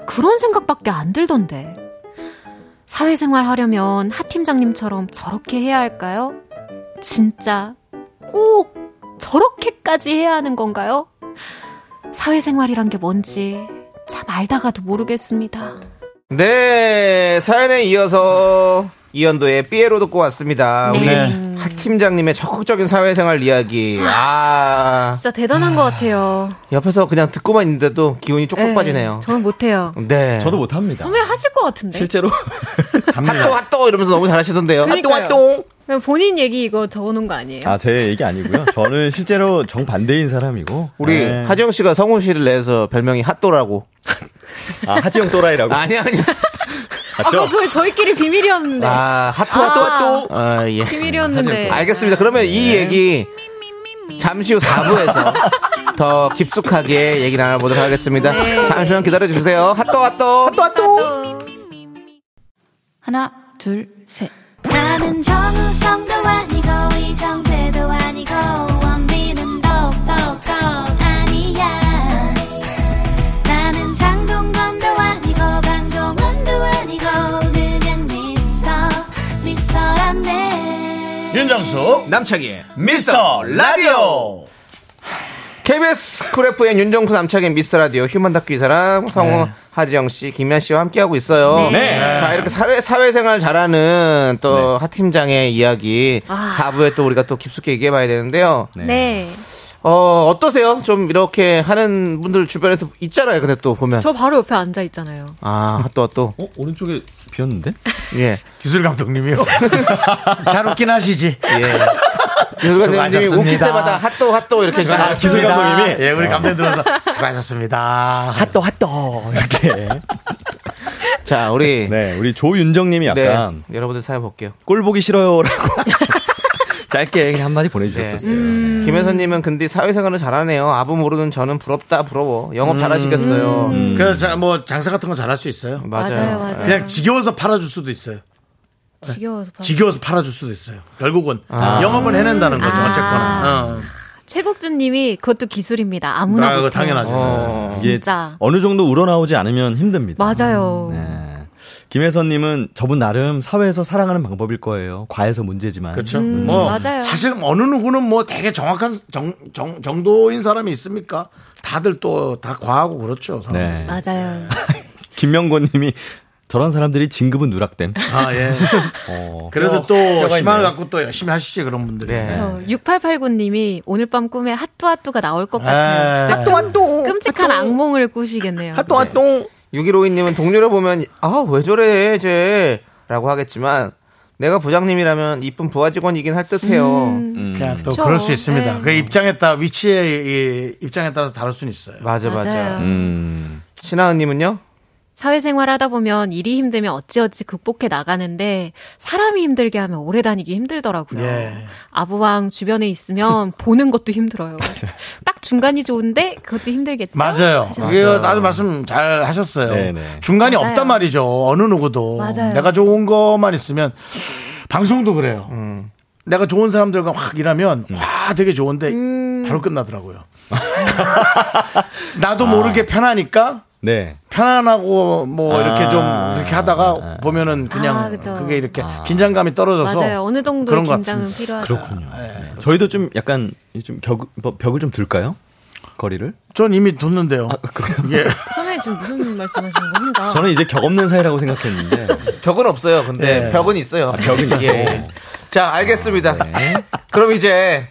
G: 그런 생각밖에 안 들던데 사회생활 하려면 하 팀장님처럼 저렇게 해야 할까요? 진짜 꼭 저렇게까지 해야 하는 건가요? 사회생활이란 게 뭔지 참 알다가도 모르겠습니다.
B: 네, 사연에 이어서 이연도의 삐에로 듣고 왔습니다.
A: 네.
B: 우리 하 팀장님의 적극적인 사회생활 이야기. 아,
G: 진짜 대단한 것 같아요.
B: 옆에서 그냥 듣고만 있는데도 기운이 쪽쪽
G: 네,
B: 빠지네요.
G: 저는 못해요.
B: 네.
F: 저도 못합니다.
G: 선배 하실 것 같은데.
F: 실제로
B: 핫도 핫도 이러면서 너무 잘하시던데요. 핫도
G: 그러니까요.
B: 핫도.
G: 그냥 본인 얘기 이거 적어놓은 거 아니에요?
F: 아 제 얘기 아니고요. 저는 실제로 정 반대인 사람이고
B: 우리
F: 네.
B: 하지영 씨가 성훈 씨를 내서 별명이 핫도라고.
F: 아, 하지영 또라이라고
B: 아니 아니.
F: 맞죠?
G: 아, 저희 저희끼리 비밀이었는데.
B: 아, 핫도
G: 아.
B: 핫도 핫도. 아, 예.
G: 비밀이었는데.
B: 알겠습니다. 그러면 이 얘기 잠시 후 4부에서 더 깊숙하게 얘기 나눠보도록 하겠습니다.
G: 네.
B: 잠시만 기다려주세요. 핫도 핫도 핫도 핫도.
H: 하나, 둘, 셋.
C: 나는 정우성도 아니고 이정재도 아니고 원빈은 더욱더 아니야 나는 장동건도 아니고 강동원도 아니고 그냥 미스터 미스터란데
A: 윤정수
B: 남창희의
A: 미스터 라디오
B: KBS 쿨 FM 윤정수 남창의 미스터 라디오 휴먼 다큐 이 사람 성우
A: 네.
B: 하지영 씨, 김현 씨와 함께하고 있어요.
F: 네.
A: 아.
B: 자 이렇게 사회 사회생활 잘하는
A: 네.
B: 또 하팀장의 이야기
G: 아.
B: 4부에 또 우리가 또 깊숙이 얘기해봐야 되는데요.
G: 네.
B: 어 어떠세요? 좀 이렇게 하는 분들 주변에서 있잖아요. 근데 또 보면
G: 저 바로 옆에 앉아 있잖아요.
B: 아 또 또.
F: 어 오른쪽에 비었는데?
B: 예.
A: 기술 감독님이요 잘 웃긴 하시지
B: 예. 여러분들이
A: 수고하셨습니다.
B: 웃길 때마다 핫도 핫도 이렇게
A: 아,
B: 해주세요.
A: 기술 감독님이
F: 감독님이?
A: 예 우리 감독님 들어서 수고하셨습니다
F: 핫도 핫도 이렇게
B: 자 우리 네.
F: 네 우리 조윤정님이 약간
B: 여러분들 사연 볼게요.
F: 꼴 보기 싫어요라고 짧게 그냥 한마디 보내주셨었어요.
B: 김혜선님은 근데 사회생활을 잘하네요. 아부 모르는 저는 부럽다 부러워. 영업 잘하시겠어요. 음.
A: 그래서 뭐 장사 같은 거 잘할 수 있어요
B: 맞아요.
G: 맞아요, 맞아요.
A: 그냥 지겨워서 팔아줄 수도 있어요
G: 지겨워서 봐.
A: 지겨워서 팔아줄 수도 있어요 결국은 영업은 해낸다는 거죠
G: 아.
A: 어쨌거나 어.
G: 최국준님이 그것도 기술입니다. 아무나.
A: 아, 그거
G: 못해요.
A: 당연하죠 어.
F: 이게
G: 진짜.
F: 어느 정도 우러나오지 않으면 힘듭니다.
G: 맞아요.
F: 네. 김혜선님은 저분 나름 사회에서 살아가는 방법일 거예요. 과해서 문제지만.
A: 그렇죠.
G: 음,
A: 뭐
G: 맞아요.
A: 사실 어느 누구는 뭐 되게 정확한 정, 정, 정도인 사람이 있습니까? 다들 또 다 과하고 그렇죠. 사람.
F: 네.
G: 맞아요.
F: 김명곤님이 저런 사람들이 진급은 누락됨.
A: 아 예.
F: 어.
A: 그래도
F: 뼈-
A: 또
F: 뼈가
A: 희망을
F: 있네요.
A: 갖고 또 열심히 하시지 그런 분들이.
B: 네.
G: 저 6889님이 오늘 밤 꿈에 핫뚜핫뚜가 나올 것 같아요.
A: 아.
G: 진짜
A: 핫뚜,
G: 끔- 끔찍한 악몽을 꾸시겠네요.
B: 똥. 6152님은 동료를 보면 아 왜 저래 쟤라고 하겠지만 내가 부장님이라면 이쁜 부하 직원이긴 할 듯해요.
F: 음.
A: 그냥 또
G: 그렇죠.
A: 그럴 수 있습니다.
G: 네.
A: 그 입장에 따라 위치의 이 입장에 따라서 다를 수는 있어요.
B: 맞아 맞아.
G: 맞아요.
F: 음.
B: 신하은님은요?
G: 사회생활 하다 보면 일이 힘들면 어찌어찌 극복해 나가는데 사람이 힘들게 하면 오래 다니기 힘들더라고요.
A: 예.
G: 아부왕 주변에 있으면 보는 것도 힘들어요. 딱 중간이 좋은데 그것도 힘들겠죠?
A: 맞아요.
G: 그죠?
A: 이게 아주 말씀 잘 하셨어요.
F: 네네.
A: 중간이
G: 맞아요.
A: 없단 말이죠. 어느 누구도.
G: 맞아요.
A: 내가 좋은 것만 있으면 방송도 그래요. 내가 좋은 사람들과 확 일하면 와 되게 좋은데
G: 음.
A: 바로 끝나더라고요. 나도 모르게 편하니까
F: 네.
A: 편안하고 뭐
F: 아.
A: 이렇게 좀 이렇게 하다가 보면은
G: 아,
A: 그냥
G: 그죠.
A: 그게 이렇게 긴장감이 떨어져서
G: 맞아요. 어느 정도의
A: 그런 것
G: 긴장은
A: 같습니다.
G: 필요하죠.
F: 네, 저희도 좀 약간 좀 벽, 뭐 벽을 좀 둘까요? 거리를?
A: 전 이미 뒀는데요. 예.
G: 선배님 지금 무슨 말씀하시는 겁니까?
F: 저는 이제 격 없는 사이라고 생각했는데.
B: 벽은 없어요. 근데
A: 예.
B: 벽은 있어요.
F: 벽은
B: 예. 자 알겠습니다.
F: 네.
B: 그럼 이제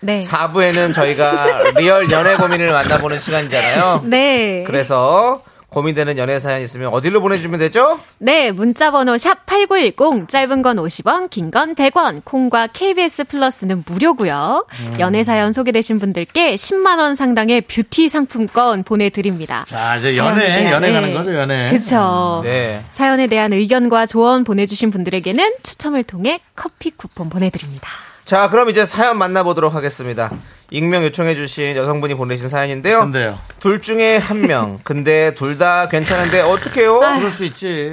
G: 네.
B: 4부에는 저희가 리얼 연애 고민을 만나보는 시간이잖아요.
G: 네.
B: 그래서 고민되는 연애 사연 있으면 어디로 보내주면 되죠?
G: 네, 문자번호 샵8910, 짧은 건 50원, 긴 건 100원, 콩과 KBS 플러스는 무료고요
A: 음.
G: 연애사연 소개되신 분들께 10만원 상당의 뷰티 상품권 보내드립니다.
A: 자 이제
G: 사연에
A: 연애
G: 대한-
A: 연애 가는
G: 네.
A: 거죠 연애. 음,
G: 그쵸.
B: 네.
G: 사연에 대한 의견과 조언 보내주신 분들에게는 추첨을 통해 커피 쿠폰 보내드립니다.
B: 자, 그럼 이제 사연 만나보도록 하겠습니다. 익명 요청해주신 여성분이 보내신 사연인데요.
A: 근데요.
B: 둘 중에 한 명. 근데 둘 다 괜찮은데 어떡해요?
A: 그럴 수 있지.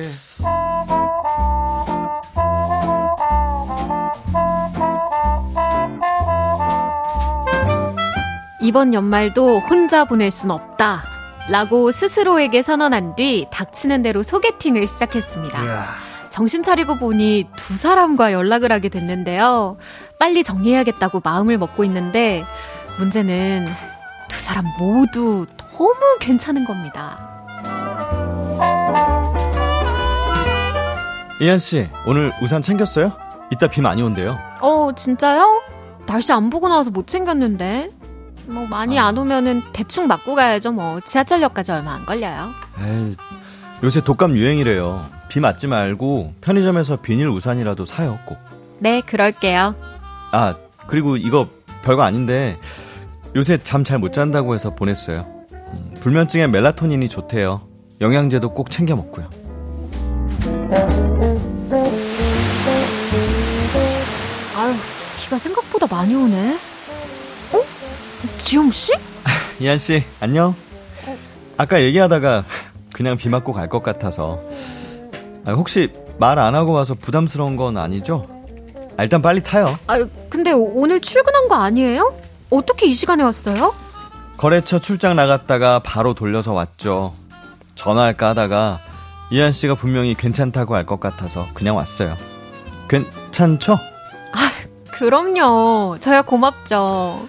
G: 이번 연말도 혼자 보낼 순 없다. 라고 스스로에게 선언한 뒤 닥치는 대로 소개팅을 시작했습니다.
A: 이야.
G: 정신 차리고 보니 두 사람과 연락을 하게 됐는데요. 빨리 정리해야겠다고 마음을 먹고 있는데 문제는 두 사람 모두 너무 괜찮은 겁니다.
F: 이현 씨, 오늘 우산 챙겼어요? 이따 비 많이 온대요.
G: 어, 진짜요? 날씨 안 보고 나와서 못 챙겼는데. 뭐 많이
A: 아.
G: 안 오면은 대충 맞고 가야죠. 뭐 지하철역까지 얼마 안 걸려요.
F: 에이, 요새 독감 유행이래요. 비 맞지 말고 편의점에서 비닐 우산이라도 사요, 꼭.
G: 네, 그럴게요.
F: 아, 그리고 이거 별거 아닌데 요새 잠 잘 못 잔다고 해서 보냈어요. 음, 불면증에 멜라토닌이 좋대요. 영양제도 꼭 챙겨 먹고요.
G: 아유, 비가 생각보다 많이 오네. 어? 지영 씨?
F: 이한 씨, 안녕. 아까 얘기하다가 그냥 비 맞고 갈 것 같아서 아, 혹시 말 안 하고 와서 부담스러운 건 아니죠? 아, 일단 빨리 타요.
G: 아유, 근데 오늘 출근한 거 아니에요? 어떻게 이 시간에 왔어요?
F: 거래처 출장 나갔다가 바로 돌려서 왔죠. 전화할까 하다가 이한 씨가 분명히 괜찮다고 할 것 같아서 그냥 왔어요. 괜찮죠?
G: 그럼요. 저야 고맙죠.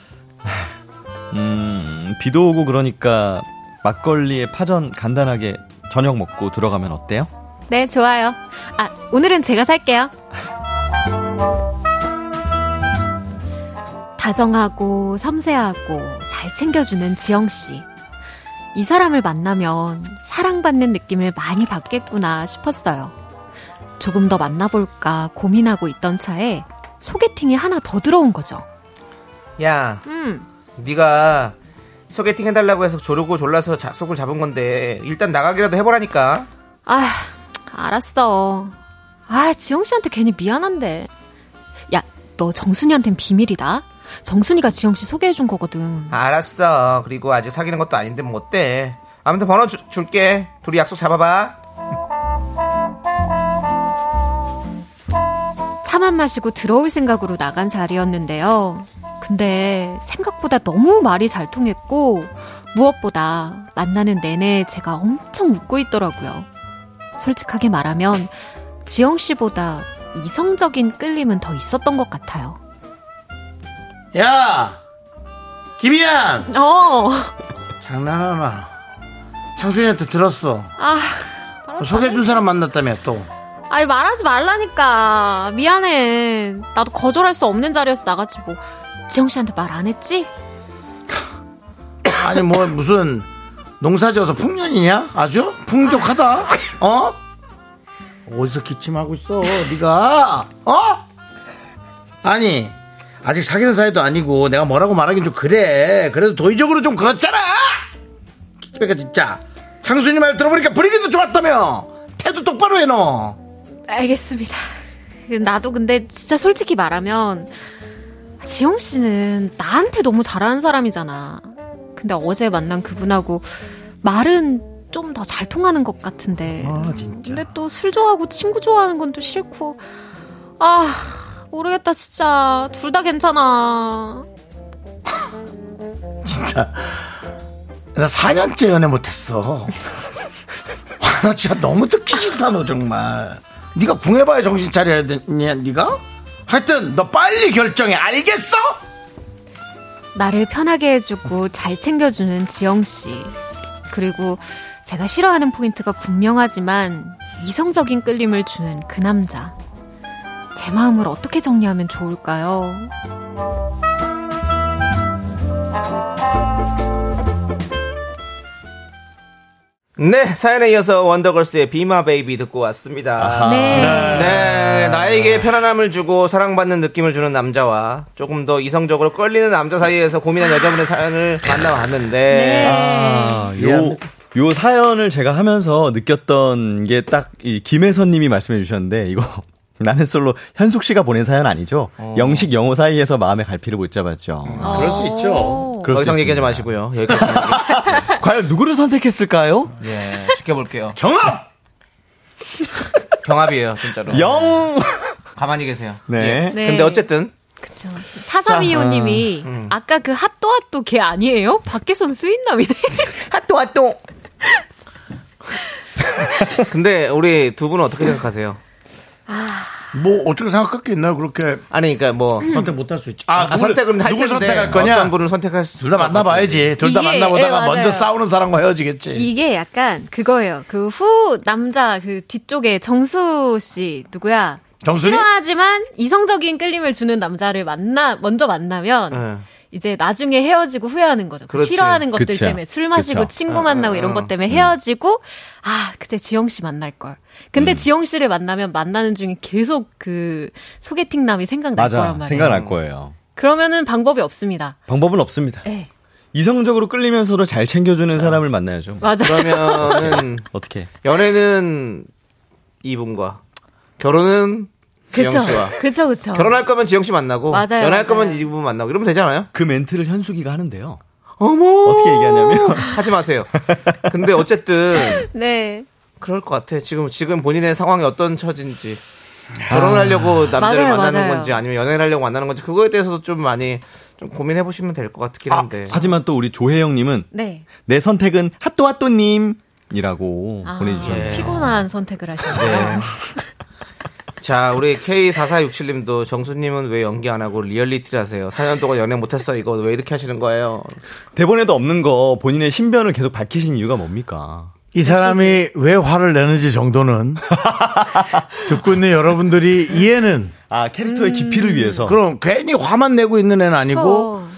F: 음, 비도 오고 그러니까 막걸리에 파전 간단하게 저녁 먹고 들어가면 어때요?
G: 네, 좋아요. 아, 오늘은 제가 살게요. 다정하고 섬세하고 잘 챙겨주는 지영 씨. 이 사람을 만나면 사랑받는 느낌을 많이 받겠구나 싶었어요. 조금 더 만나볼까 고민하고 있던 차에 소개팅이 하나 더 들어온 거죠.
B: 야,
G: 음,
B: 네가 소개팅 해달라고 해서 조르고 졸라서 자- 속을 잡은 건데 일단 나가기라도 해보라니까.
G: 아, 알았어. 아, 지영 씨한테 괜히 미안한데. 야, 너 정순이한텐 비밀이다. 정순이가 지영 씨 소개해준 거거든.
B: 알았어. 그리고 아직 사귀는 것도 아닌데 뭐 어때? 아무튼 번호 주- 줄게. 둘이 약속 잡아봐.
G: 차만 마시고 들어올 생각으로 나간 자리였는데요. 근데 생각보다 너무 말이 잘 통했고 무엇보다 만나는 내내 제가 엄청 웃고 있더라고요. 솔직하게 말하면 지영 씨보다 이성적인 끌림은 더 있었던 것 같아요.
A: 야, 김희양.
G: 어,
A: 장난하나. 창순이한테 들었어.
G: 아, 알았어.
A: 소개해준 사람 만났다며 또.
G: 아니 말하지 말라니까 미안해. 나도 거절할 수 없는 자리에서 나갔지 뭐. 지영 씨한테 말 안 했지?
A: 아니 뭐 무슨 농사지어서 풍년이냐? 아주 풍족하다. 어? 어디서 기침하고 있어? 네가 어? 아니 아직 사귀는 사이도 아니고 내가 뭐라고 말하긴 좀 그래. 그래도 도의적으로 좀 그렇잖아. 그러니까 진짜 창순이 말 들어보니까 분위기도 좋았다며. 태도 똑바로 해 너.
G: 알겠습니다. 나도 근데 진짜 솔직히 말하면 지영 씨는 나한테 너무 잘하는 사람이잖아. 근데 어제 만난 그분하고 말은 좀 더 잘 통하는 것 같은데.
A: 아 진짜.
G: 근데 또 술 좋아하고 친구 좋아하는 건 또 싫고. 아, 모르겠다 진짜. 둘 다 괜찮아.
A: 진짜 나 4년째 연애 못했어. 와, 나 진짜 너무 듣기 싫다 너 정말. 네가 궁해봐야 정신 차려야 되냐 네가? 하여튼 너 빨리 결정해 알겠어?
G: 나를 편하게 해주고 잘 챙겨주는 지영 씨. 그리고 제가 싫어하는 포인트가 분명하지만 이성적인 끌림을 주는 그 남자. 제 마음을 어떻게 정리하면 좋을까요?
B: 네, 사연에 이어서 원더걸스의 비마 베이비 듣고 왔습니다.
G: 네.
B: 네, 나에게 편안함을 주고 사랑받는 느낌을 주는 남자와 조금 더 이성적으로 끌리는 남자 사이에서 고민한 여자분의 사연을 만나봤는데
F: 아, 요, 요 사연을 제가 하면서 느꼈던 게 딱 이 김혜선 님이 말씀해 주셨는데 이거 나는 솔로 현숙 씨가 보낸 사연 아니죠?
G: 어.
F: 영식 영호 사이에서 마음의 갈피를 못 잡았죠.
A: 그럴 수 있죠.
F: 그럴
B: 더
F: 수
B: 이상
F: 있습니다.
B: 얘기하지 마시고요. 여기까지
F: 과연 누구를 선택했을까요?
B: 예, 지켜볼게요.
A: 경합.
B: 경합이에요, 진짜로.
F: 영!
H: 어.
B: 가만히 계세요.
F: 네.
B: 예. 근데 어쨌든
G: 그쵸. 4325님이 아까 그 핫도 핫도 걔 아니에요? 밖에선 스윗남이네.
F: 핫도 핫도.
B: 근데 우리 두 분은 어떻게 생각하세요?
A: 뭐 어떻게 생각할 게 있나요? 그렇게
B: 아니 그러니까 뭐
A: 선택 못 할 수 있지.
B: 아, 선택은 할 텐데
A: 누굴 선택할 거냐?
B: 어떤 분을 선택할 수
A: 둘 다 만나봐야지. 둘 다
G: 이게- 예,
A: 만나보다가
G: 맞아요.
A: 먼저 싸우는 사람과
B: 네.
A: 헤어지겠지.
G: 이게 약간 그거예요. 그 후 남자 그 뒤쪽에 정수 씨 누구야?
A: 정순이?
G: 싫어하지만 이성적인 끌림을 주는 남자를 만나 먼저 만나면
B: 네.
G: 이제 나중에 헤어지고 후회하는 거죠. 그
B: 그렇지. 어,
G: 싫어하는 것들
H: 그쵸.
G: 때문에 술 마시고
H: 그쵸. 음.
G: 친구 만나고 이런 것 때문에 헤어지고 아 그때 지영 씨 만날 걸. 근데
H: 음.
G: 지영 씨를 만나면 만나는 중에 계속 그 소개팅 남이 생각날 거란
H: 맞아.
G: 말이에요.
H: 생각날 거예요.
G: 그러면은 방법이 없습니다.
H: 방법은 없습니다.
G: 네.
H: 이성적으로 끌리면서도 잘 챙겨주는 사람을 만나야죠.
G: 맞아.
B: 그러면은
H: 어떻게?
A: 네.
B: 연애는 이분과 결혼은
G: 그쵸.
B: 지영 씨와
G: 그쵸 그쵸.
B: 결혼할 거면 지영 씨 만나고
G: 맞아요,
B: 연애할
G: 맞아요.
B: 거면 이분 만나고 이러면 되잖아요.
H: 그 멘트를 현숙이가 하는데요.
B: 어머
H: 어떻게 얘기하냐면
B: 하지 마세요. 근데 어쨌든
G: 네.
B: 그럴 것 같아. 지금 지금 본인의 상황이 어떤 처진지
A: 아.
B: 결혼을 하려고 남자를
G: 맞아요,
B: 만나는
G: 맞아요.
B: 건지 아니면 연애를 하려고 만나는 건지 그거에 대해서도 좀 많이 좀 고민해 보시면 될 것 같긴
A: 아,
G: 아,
B: 한데.
H: 하지만 또 우리 조혜영님은
G: 네.
H: 내 선택은 핫도 핫도님이라고
G: 아,
H: 보내주셨네요.
G: 피곤한 선택을 하셨네요. 아,
B: 네. 자, 우리 K4467님도 정수님은 왜 연기 안 하고 리얼리티라세요? 4년 동안 연애 못했어. 이거 왜 이렇게 하시는 거예요?
H: 대본에도 없는 거 본인의 신변을 계속 밝히신 이유가 뭡니까?
A: 이 사람이 왜 화를 내는지 정도는 듣고 있는 여러분들이 이해는
H: 아 캐릭터의 깊이를 위해서.
A: 음. 그럼 괜히 화만 내고 있는 애는 아니고
G: 저-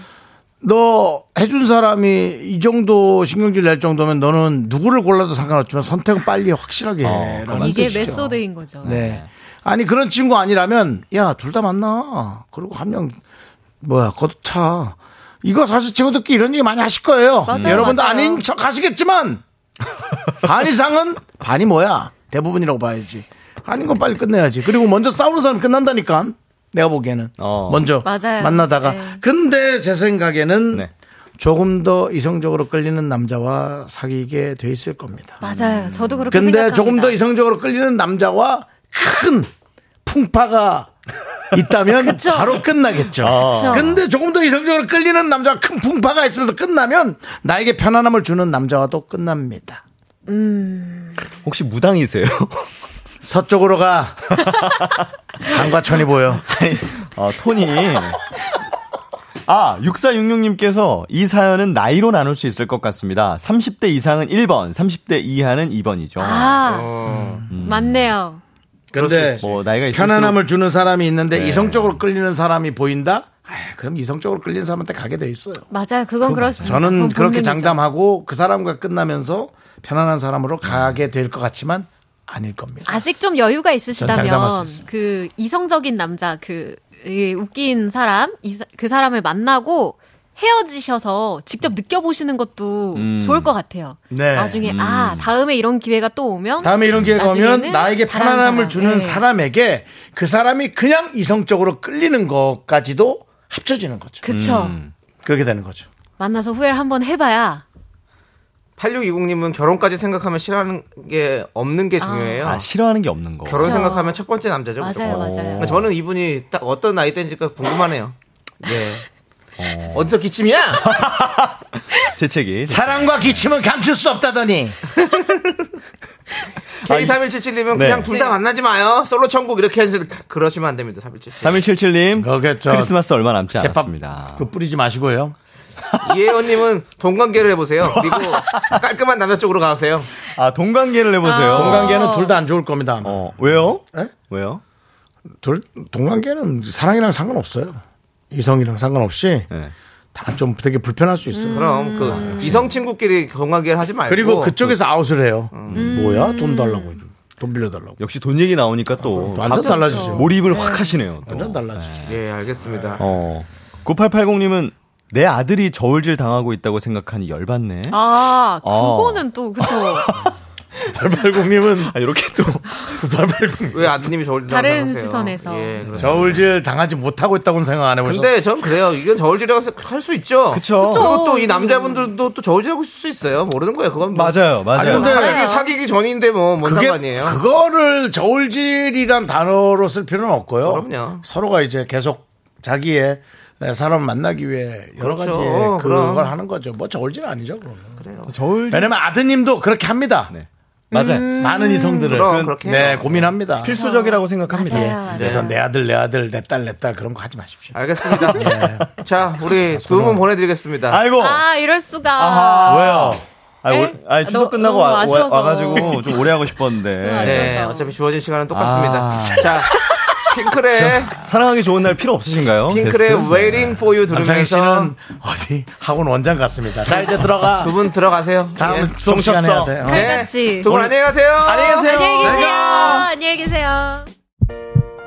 A: 너 해준 사람이 이 정도 신경질 낼 정도면 너는 누구를 골라도 상관없지만 선택은 빨리 확실하게 해라는
G: 이게
A: 뜻이죠.
G: 메소드인 거죠.
A: 네. 아니 그런 친구 아니라면 야 둘 다 만나. 그리고 한 명 뭐야 거두차. 이거 사실 친구들끼리 이런 얘기 많이 하실 거예요.
G: 맞아요,
A: 여러분도
G: 맞아요.
A: 아닌 척 하시겠지만 반 이상은 반이 뭐야 대부분이라고 봐야지. 아닌 건 빨리 끝내야지. 그리고 먼저 싸우는 사람 끝난다니까. 내가 보기에는
H: 어.
A: 먼저
G: 맞아요.
A: 만나다가
G: 네.
A: 근데 제 생각에는
H: 네.
A: 조금 더 이성적으로 끌리는 남자와 사귀게 돼 있을 겁니다.
G: 맞아요. 저도 그렇게
A: 근데
G: 생각합니다.
A: 조금 더 이성적으로 끌리는 남자와 큰 풍파가 있다면 바로 끝나겠죠.
H: 어.
G: 그쵸.
A: 근데 조금 더 이성적으로 끌리는 남자와 큰 풍파가 있으면서 끝나면 나에게 편안함을 주는 남자와도 끝납니다.
H: 혹시 무당이세요?
A: 서쪽으로 가. 강과천이 보여.
H: 어, 톤이. 아, 6466님께서 이 사연은 나이로 나눌 수 있을 것 같습니다. 30대 이상은 1번, 30대 이하는 2번이죠.
G: 아 맞네요.
A: 근데
H: 뭐 나이가 있을수록 네.
A: 편안함을 주는 사람이 있는데 이성적으로 끌리는 사람이 보인다? 아, 그럼 이성적으로 끌리는 사람한테 가게 돼 있어요.
G: 맞아요. 그건 그렇습니다.
A: 저는
G: 그건
A: 그렇게
G: 본능이죠.
A: 장담하고 그 사람과 끝나면서 편안한 사람으로 가게 될 것 같지만 아닐 겁니다.
G: 아직 좀 여유가 있으시다면
A: 장담할 수 있습니다.
G: 그 이성적인 남자 그 이, 웃긴 사람 이 사- 그 사람을 만나고 헤어지셔서 직접 느껴보시는 것도 좋을 것 같아요.
A: 네.
G: 나중에 아 다음에 이런 기회가 또 오면
A: 다음에 이런 기회가 오면
G: 나중에는
A: 나에게
G: 잘하는
A: 편안함을
G: 사람.
A: 주는
G: 네.
A: 사람에게 그 사람이 그냥 이성적으로 끌리는 것까지도 합쳐지는 거죠.
G: 그쵸
A: 그렇게 되는 거죠.
G: 만나서 후회를 한번 해봐야
B: 8620님은 결혼까지 생각하면 싫어하는 게 없는 게 중요해요.
H: 아, 싫어하는 게 없는 거.
B: 결혼
G: 그쵸.
B: 생각하면 첫 번째
A: 어.
B: 남자죠. 무조건.
G: 맞아요 맞아요.
B: 그러니까 저는 이분이 딱 어떤 나이 때인지가 궁금하네요. 예. 어디서 기침이야?
H: 재채기.
A: 사랑과 기침은 감출 수 없다더니
B: K3177님은 그냥
H: 네.
B: 둘 다 만나지 마요. 솔로 천국 이렇게 해서 그러시면 안 됩니다. 3177.
H: 3177님.
A: 그거겠죠.
H: 크리스마스 얼마 남지
A: 제밥
H: 않았습니다.
A: 그 뿌리지 마시고요.
B: 이혜원님은 동관계를 해보세요. 그리고 깔끔한 남자 쪽으로 가세요.
H: 아, 동관계를 해보세요.
A: 아. 동관계는 둘 다 안 좋을 겁니다. 아마.
H: 어, 왜요?
A: 에?
H: 왜요?
A: 둘 동관계는 사랑이랑 상관없어요. 이성이랑 상관없이
H: 네.
A: 다 좀 되게 불편할 수 있어요.
G: 음.
B: 그럼
G: 아,
B: 그 이성 친구끼리 동관계를 하지 말고.
A: 음. 그리고 그쪽에서 아웃을 해요. 뭐야? 돈 달라고. 돈 빌려달라고.
H: 역시 돈 얘기 나오니까 또.
A: 완전
H: 갑자기
A: 달라지죠.
H: 몰입을 확 하시네요. 또.
A: 완전 달라지죠.
B: 예, 알겠습니다.
H: 어. 9880님은 내 아들이 저울질 당하고 있다고 생각하니 열받네.
G: 아,
H: 어.
G: 그거는 또, 그쵸.
A: 880님은
H: 아, 이렇게 또.
B: 왜 아드님이 저울질
G: 다른
B: 당하세요?
G: 시선에서.
B: 예, 그렇습니다.
A: 저울질 당하지 못하고 있다고는 생각 안 해보셨어요?
B: 근데 전 그래요. 이건 저울질이라고 할 수 있죠.
H: 그쵸. 그쵸.
B: 그리고 또
G: 어.
B: 이 남자분들도 또 저울질하고 있을 수 있어요. 모르는 거예요. 그건 뭐
H: 맞아요, 그- 맞아요.
A: 아니, 근데
B: 사귀, 사귀기 전인데 뭐뭔 상관이에요.
A: 그거를 저울질이란 단어로 쓸 필요는 없고요.
B: 그럼요.
A: 서로가 이제 계속 자기의 사람 만나기 위해 여러
B: 그렇죠.
A: 가지 그걸
B: 그럼.
A: 하는 거죠. 뭐 저울질 아니죠, 그러면.
H: 저울
A: 왜냐면 아드님도 그렇게 합니다.
H: 네,
A: 네.
H: 맞아요.
G: 음,
A: 많은 이성들을
B: 그럼
A: 그-
B: 그렇게
A: 네,
B: 해요.
A: 고민합니다.
H: 음.
A: 네.
H: 필수적이라고 네. 생각합니다.
G: 맞아요. 맞아요.
A: 그래서 내 아들, 내 아들, 내 딸, 내 딸 그런 거 하지 마십시오.
B: 아, 알겠습니다. 자, 우리 두 분 보내드리겠습니다.
H: 네. 아, 아이고
G: 아, 이럴 수가.
A: 왜요?
H: 아, 올-
G: 네?
H: 아, 추석
G: 너-
H: 끝나고
G: 너무
H: 와,
G: 아쉬워서.
H: 와, 가지고좀 오래 하고 싶었는데
B: 네,
G: 아쉬워서.
B: 어차피 주어진 시간은 똑같습니다.
H: 아.
B: 자, 핑클의
H: 사랑하기 좋은 날 필요 없으신가요?
B: 핑클의
H: 어, 게스트?
B: Waiting for You
A: 남창희
B: 들으면서
A: 씨는 어디 학원 원장 같습니다. 자 이제 들어가.
B: 두 분 들어가세요.
A: 다음
B: 예.
A: 수업 시간 해야 돼. 어.
G: 잘 같이.
B: 두분 안녕히 가세요. 네. 안녕히 가세요.
G: 안녕히 계세요. 안녕히 계세요.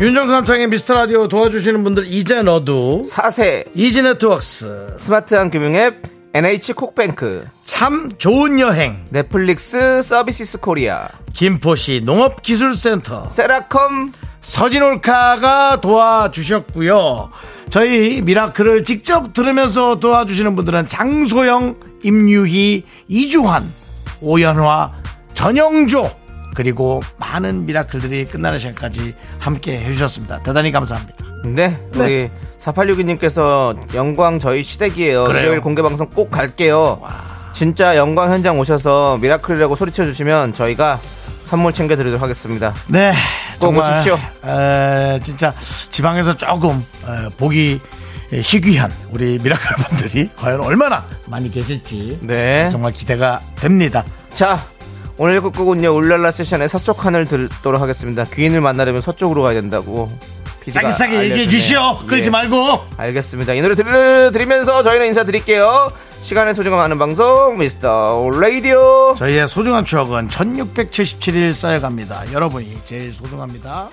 A: 윤정수 남창의 미스터 라디오 도와주시는 분들 이제 너도
B: 사세
A: 이지 네트웍스
B: 스마트한 금융 앱 NH 콕뱅크
A: 참 좋은 여행
B: 넷플릭스 서비스 코리아
A: 김포시 농업기술센터
B: 세라컴
A: 서진올카가 도와주셨고요. 저희 미라클을 직접 들으면서 도와주시는 분들은 장소영, 임유희, 이주환, 오연화, 전영조 그리고 많은 미라클들이 끝나는 시간까지 함께 해주셨습니다. 대단히 감사합니다.
B: 네, 우리 4862님께서 영광 저희 시댁이에요.
A: 그래요.
B: 일요일 공개 방송 꼭 갈게요. 진짜 영광 현장 오셔서 미라클이라고 소리쳐 주시면 저희가 선물 챙겨드리도록 하겠습니다.
A: 네,
B: 꼭
A: 정말,
B: 오십시오.
A: 에, 진짜 지방에서 조금 에, 보기 희귀한 우리 미라클 분들이 과연 얼마나 많이 계실지
B: 네.
A: 정말 기대가 됩니다.
B: 자, 오늘 끝곡은요 울랄라 세션의 서쪽 하늘 들도록 하겠습니다. 귀인을 만나려면 서쪽으로 가야 된다고.
A: 싸게
B: PD가
A: 싸게 얘기해
B: 알려주네요.
A: 주시오. 끌지
B: 예.
A: 말고.
B: 알겠습니다. 이 노래 들려드리면서 저희는 인사드릴게요. 시간의 소중함 아는 방송 미스터 레이디오.
A: 저희의 소중한 추억은 1677일 쌓여갑니다. 여러분이 제일 소중합니다.